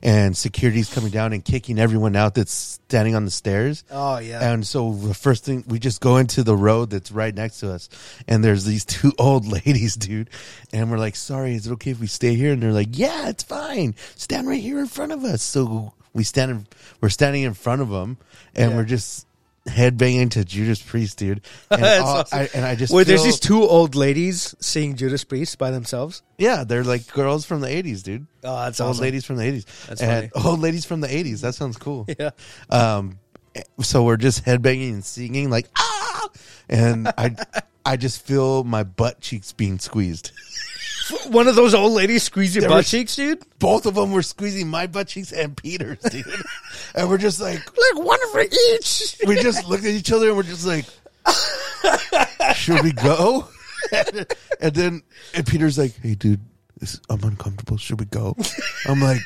and security's coming down and kicking everyone out that's standing on the stairs. Oh, yeah. And so the first thing we just go into the road that's right next to us, and there's these two old ladies, dude, and we're like, "Sorry, is it okay if we stay here?" And they're like, "Yeah, it's fine. Stand right here in front of us." So we stand, in, we're standing in front of them, and Yeah. we're just headbanging to Judas Priest, dude. And, That's all- awesome. uh, I, and I just Where there's feel- these two old ladies seeing Judas Priest by themselves. yeah, they're like girls from the '80s, dude. Oh, that's old awesome. ladies from the '80s. That's and old ladies from the '80s. That sounds cool. Yeah. Um, so we're just headbanging and singing like ah, and I, I just feel my butt cheeks being squeezed. One of those old ladies squeeze your There butt was- cheeks, dude. Both of them were squeezing my butt cheeks and Peter's, dude. and we're just like, Like one for each. we just looked at each other and we're just like, should we go? and then and Peter's like, hey, dude, this, I'm uncomfortable. Should we go? I'm like,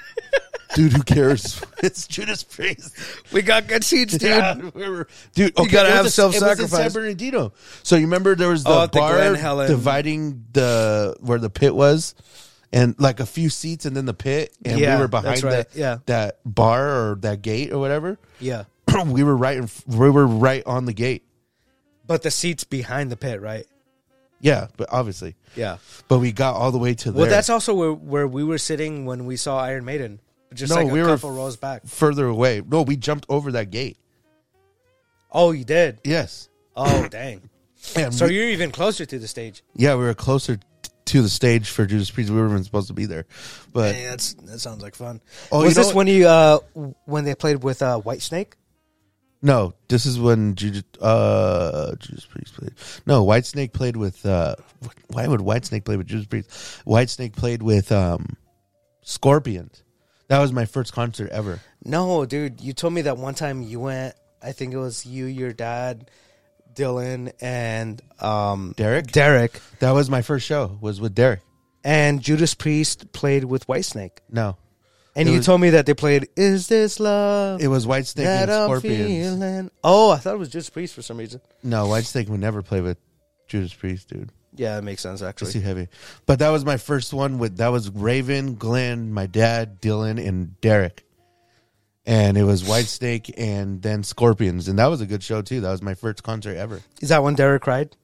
dude, who cares? it's Judas Priest. We got good seats, dude. Dude, we were, dude okay, gotta it was have a- It was in San self-sacrifice. Bernardino. So you remember there was the Oh, at the bar Glen Helen. dividing the where the pit was, and like a few seats, and then the pit, and Yeah, we were that's behind right, that yeah. that bar or that gate or whatever. Yeah, we were right. In, f- we were right on the gate. but the seats behind the pit, right? Yeah, but obviously, Yeah. but we got all the way to there. Well, that's also where where we were sitting when we saw Iron Maiden, just No, like a we were couple f- rows back. further away. No, we jumped over that gate. Oh, you did. Yes. Oh, dang. And So we- you're even closer to the stage. yeah, we were closer t- to the stage for Judas Priest. We weren't supposed to be there, but Hey, that's that sounds like fun. Oh, you was know this what- when you uh when they played with uh White Snake? No, this is when Judas, uh, Judas Priest played. No, Whitesnake played with. Uh, wh- why would Whitesnake play with Judas Priest? Whitesnake played with um, Scorpions. That was my first concert ever. No, dude, you told me that one time you went. I think it was you, your dad, Dylan, and um Derek? Derek, That was my first show. Was with Derek. and Judas Priest played with White Snake. No, And It you was- told me that they played "Is This Love?" it was Whitesnake and that I'm Scorpions. feeling. Oh, I thought it was Judas Priest for some reason. No, Whitesnake would never play with Judas Priest, dude. Yeah, it makes It's sense too actually. heavy. But that was my first one with that was Raven, Glenn, my dad, Dylan, and Derek. And it was White Snake and then Scorpions. And that was a good show too. That was my first concert ever. Is that when Derek cried?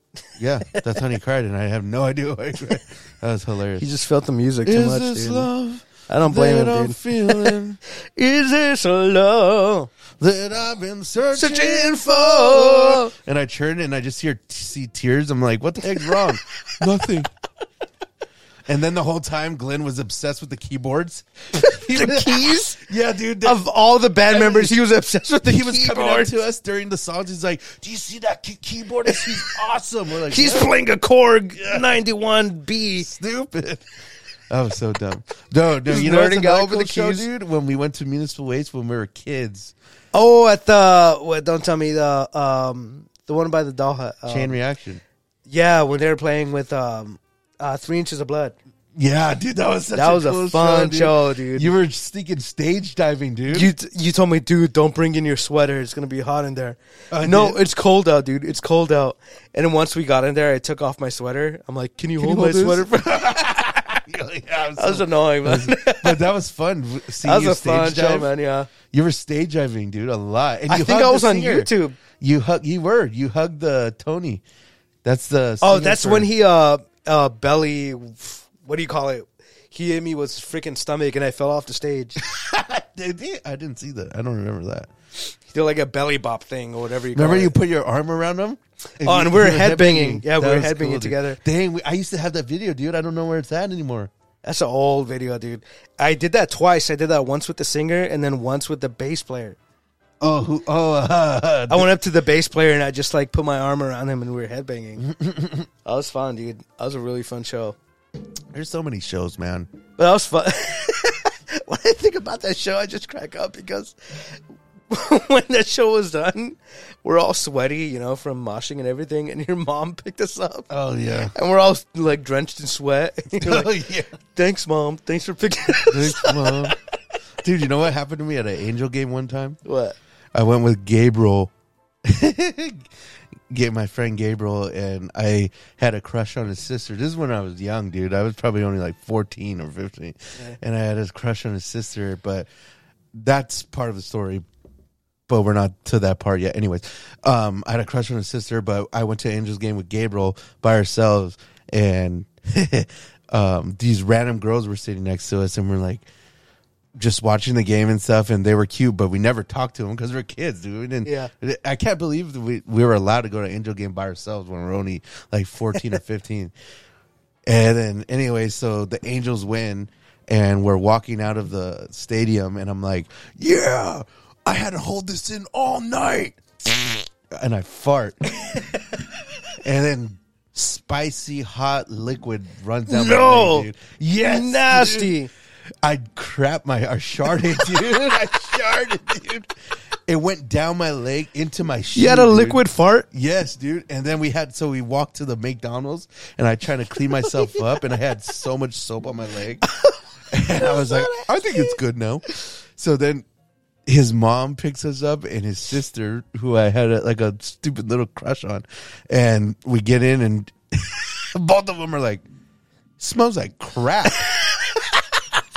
Yeah. That's how he cried and I have no idea why he cried. That was He hilarious. just felt the music too Is much, this dude. love? I don't blame that him, I'm dude. feeling Is this love? that I've been searching, Searching for. for. And I turn and I just hear see tears. I'm like, what the heck's wrong? Nothing. And then the whole time, Glenn was obsessed with the keyboards. the keys Yeah, dude. that- of all the band members. He was obsessed with the he was coming up keyboard. to us during the songs. He's like, "Do you see that key- keyboardist? He's awesome." We're like, He's "Yeah, playing a Korg 91B. stupid." That was so dumb. No, no. He's You know what's nerding another out over cool the show, keys. dude? When we went to Municipal Waste when we were kids, Oh, at the what, don't tell me the um the one by the doll hut. Um, Chain Reaction. yeah, when they were playing with um uh three inches of blood. Yeah, dude, that was such That a was a cool fun show, dude. You were sneaking stage diving, dude. You t- you told me, dude, don't bring in your sweater. It's gonna be hot in there. I no, did. it's cold out, dude. It's cold out. And then once we got in there, I took off my sweater. I'm like, can you you hold my hold this? sweater? For- yeah, I'm that was so- annoying, man. that but that was fun. w- Seeing was you a fun stage show, dive. man. Yeah. You were stage diving, dude, a lot. And I you think hugged I the was on singer. YouTube. You hug. You were. You hugged the Tony. That's the. Oh, singer that's for- when he uh uh belly what do you call it? He hit me with his freaking stomach and I fell off the stage. Did he? I didn't see that. I don't remember that. he did like a belly bop thing or whatever you call Remember, it. you put your arm around him. Oh, and you- we were you headbanging. Yeah, That we were was headbanging dude. together. Dang, we, I used to have that video, dude. I don't know where it's at anymore. That's an old video, dude. I did that twice. I did that once with the singer and then once with the bass player. Oh, who, oh, uh, I went up to the bass player and I just like put my arm around him and we were headbanging. that was fun, dude. That was a really fun show. there's so many shows, man. But that was fun. when I think about that show, I just crack up because when that show was done, we're all sweaty, you know, from moshing and everything, and your mom picked us up. Oh yeah. and we're all like drenched in sweat. You're oh like, yeah. Thanks, mom. Thanks for picking us. Thanks, Mom. Dude, you know what happened to me at an Angel game one time? What? I went with Gabriel. Get my friend Gabriel and I had a crush on his sister. This is when I was young, dude. I was probably only like fourteen or fifteen, and I had a crush on his sister. But that's part of the story. But we're not to that part yet. Anyways, um, I had a crush on his sister, but I went to Angel's game with Gabriel by ourselves, and um, these random girls were sitting next to us, and we're like, just watching the game and stuff, and they were cute, but we never talked to them because we're kids, dude. We didn't, Yeah. I can't believe that we, we were allowed to go to Angel Game by ourselves when we were only like 14 or 15. And then, anyway, so the Angels win, and we're walking out of the stadium, and I'm like, yeah, I had to hold this in all night. and I fart. and then spicy hot liquid runs down No. my leg, dude. Yes, Nasty. dude. I crap my I sharded, dude. I sharded, dude. It went down my leg into my shoe. You had a dude. liquid fart? Yes, dude. And then we had so we walked to the McDonald's and I tried to clean myself up and I had so much soap on my leg. And I was like, I think it's good now. So then his mom picks us up and his sister, who I had a, like a stupid little crush on, and we get in and both of them are like, smells like crap.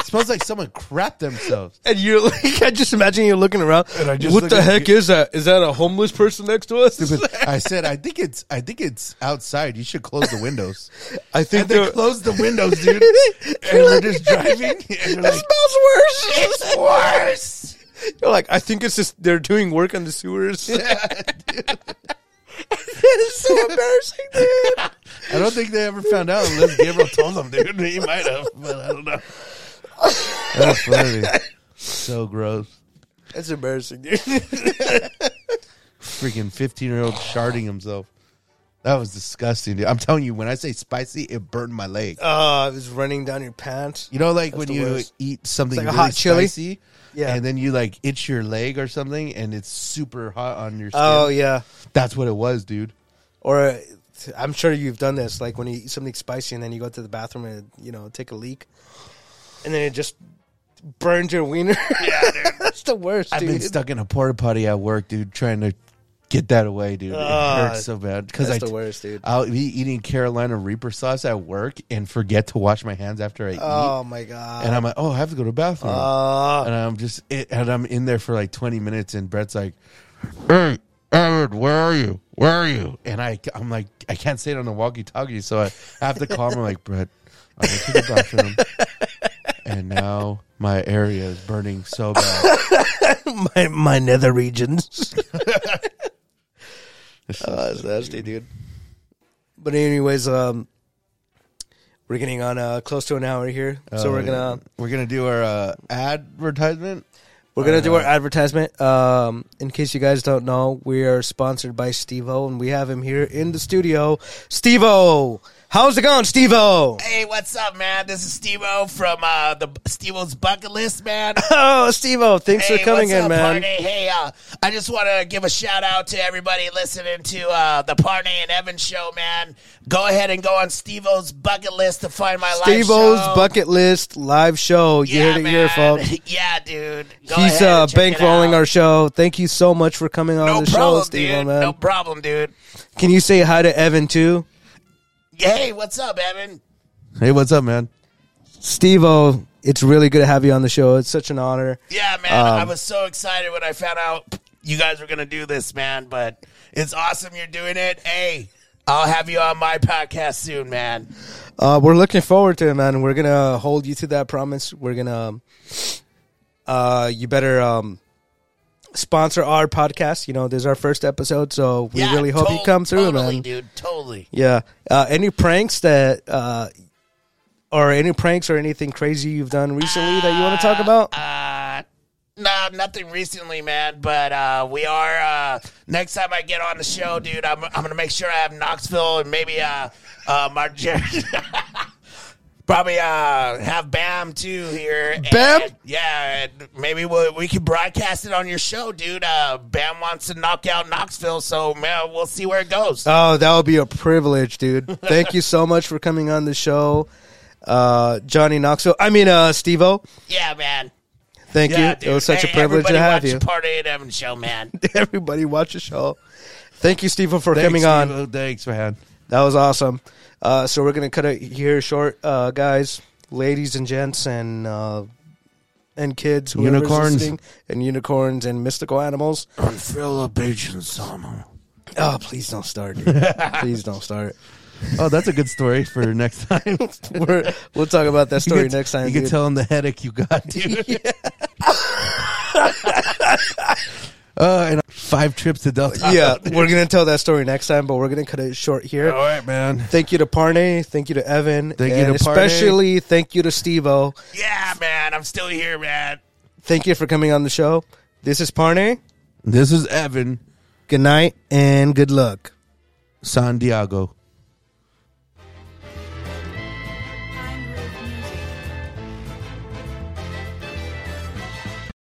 smells like someone crapped themselves. And you're like, I just imagine you're looking around. And I just what look the at- heck is that? Is that a homeless person next to us? Stupid. I said, I think it's I think it's outside. You should close the windows. I think And they they're- closed the windows, dude. and we're just driving. And we're like, It smells worse. it's worse. You're like, I think it's just they're doing work on the sewers. it's so embarrassing, dude. I don't think they ever found out unless Gabriel told them, dude. He might have, but I don't know. That's funny. So gross. That's embarrassing, dude. Freaking 15 year old sharding himself. That was disgusting, dude. I'm telling you, when I say spicy, it burned my leg. Uh, it's running down your pants. You know, like when the you worst. eat something It's like a really hot chili? spicy, Yeah. and then you like itch your leg or something, and it's super hot on your skin. Oh yeah. That's what it was, dude. Or uh, I'm sure you've done this, like when you eat something spicy and then you go to the bathroom and you know take a leak, and then it just burns your wiener. Yeah, that's the worst. I've dude. been stuck in a porta potty at work, dude, trying to get that away, dude. Ah, it hurts so bad because I That's the worst, dude. I'll be eating Carolina Reaper sauce at work and forget to wash my hands after I eat, Oh my god. and I'm like, oh, I have to go to the bathroom, Uh, and I'm just it, and I'm in there for like 20 minutes, and Brett's like, hey. Edward, where are you? Where are you? And I, I'm like, I can't say it on the walkie-talkie, so I have to call him. I'm like, Brett, I went to the bathroom, and now my area is burning so bad. my my nether regions. oh, that's nasty, dude. But anyways, um, we're getting on uh, close to an hour here, so we're gonna we're gonna do our uh, advertisement. we're gonna do our advertisement. Um, in case you guys don't know, we are sponsored by Stevo, and we have him here in the studio. Stevo, how's it going, Stevo? Hey, what's up, man? This is Stevo from uh, the Stevo's Bucket List, man. Oh, Stevo, thanks hey, for coming what's in, up, man. Parnay? Hey, uh, I just want to give a shout out to everybody listening to uh, the Parnay and Evan show, man. Go ahead and go on Stevo's Bucket List to find my live Stevo's show. bucket list live show. You yeah, heard it man. here, folks. yeah, dude. Go He's ahead uh, and check it bankrolling out. our show. Thank you so much for coming on No the problem, show, Steve. dude. Man, No problem, dude. can you say hi to Evan too, Hey, what's up, Evan? Hey, what's up, man? Stevo? It's really good to have you on the show. It's such an honor. Yeah, man. I Um, was so excited when I found out you guys were going to do this, man. But it's awesome you're doing it. Hey, I'll have you on my podcast soon, man. Uh, we're looking forward to it, man. We're gonna hold you to that promise. We're gonna, um, uh, you better um, sponsor our podcast. You know, this is our first episode, so we Yeah, really hope you to- come through, totally, man. dude. Totally. Yeah. Uh, any pranks that, uh, or any pranks or anything crazy you've done recently that you want to talk about? Uh, no, nothing recently, man. But uh, we are. Uh, next time I get on the show, dude, I'm, I'm gonna make sure I have Knoxville and maybe uh, uh, Marjorie. Probably uh, have Bam too here. Bam? And, yeah, and maybe we we can broadcast it on your show, dude. Uh, Bam wants to knock out Knoxville, so man, we'll see where it goes. Oh, that would be a privilege, dude. Thank you so much for coming on the show, uh, Johnny Knoxville. I mean, uh, Stevo. yeah, man. Thank Yeah, you. dude. It was such Hey, a privilege to everybody have watch you. Party at Evan show, man. Everybody, watch the show. Thank you, Stevo, for coming on. Steve-O. Thanks, man. That was awesome. Uh, so we're gonna cut it here short, uh, guys, ladies and gents, and uh, and kids, whoever's Unicorns. listening, and unicorns and mystical animals. Oh, please don't start. Dude. please don't start. Oh, that's a good story for next time. You We're, we'll talk about that story could- next time. You can dude. tell him the headache you got, dude. uh, and five trips to Delta. yeah, we're gonna tell that story next time, but we're gonna cut it short here. All right, man. Thank you to Parnay. Thank you to Evan. Thank you and to Parnay. especially thank you to Stevo. Yeah, man. I'm still here, man. Thank you for coming on the show. This is Parnay. This is Evan Good night and good luck. San Diego.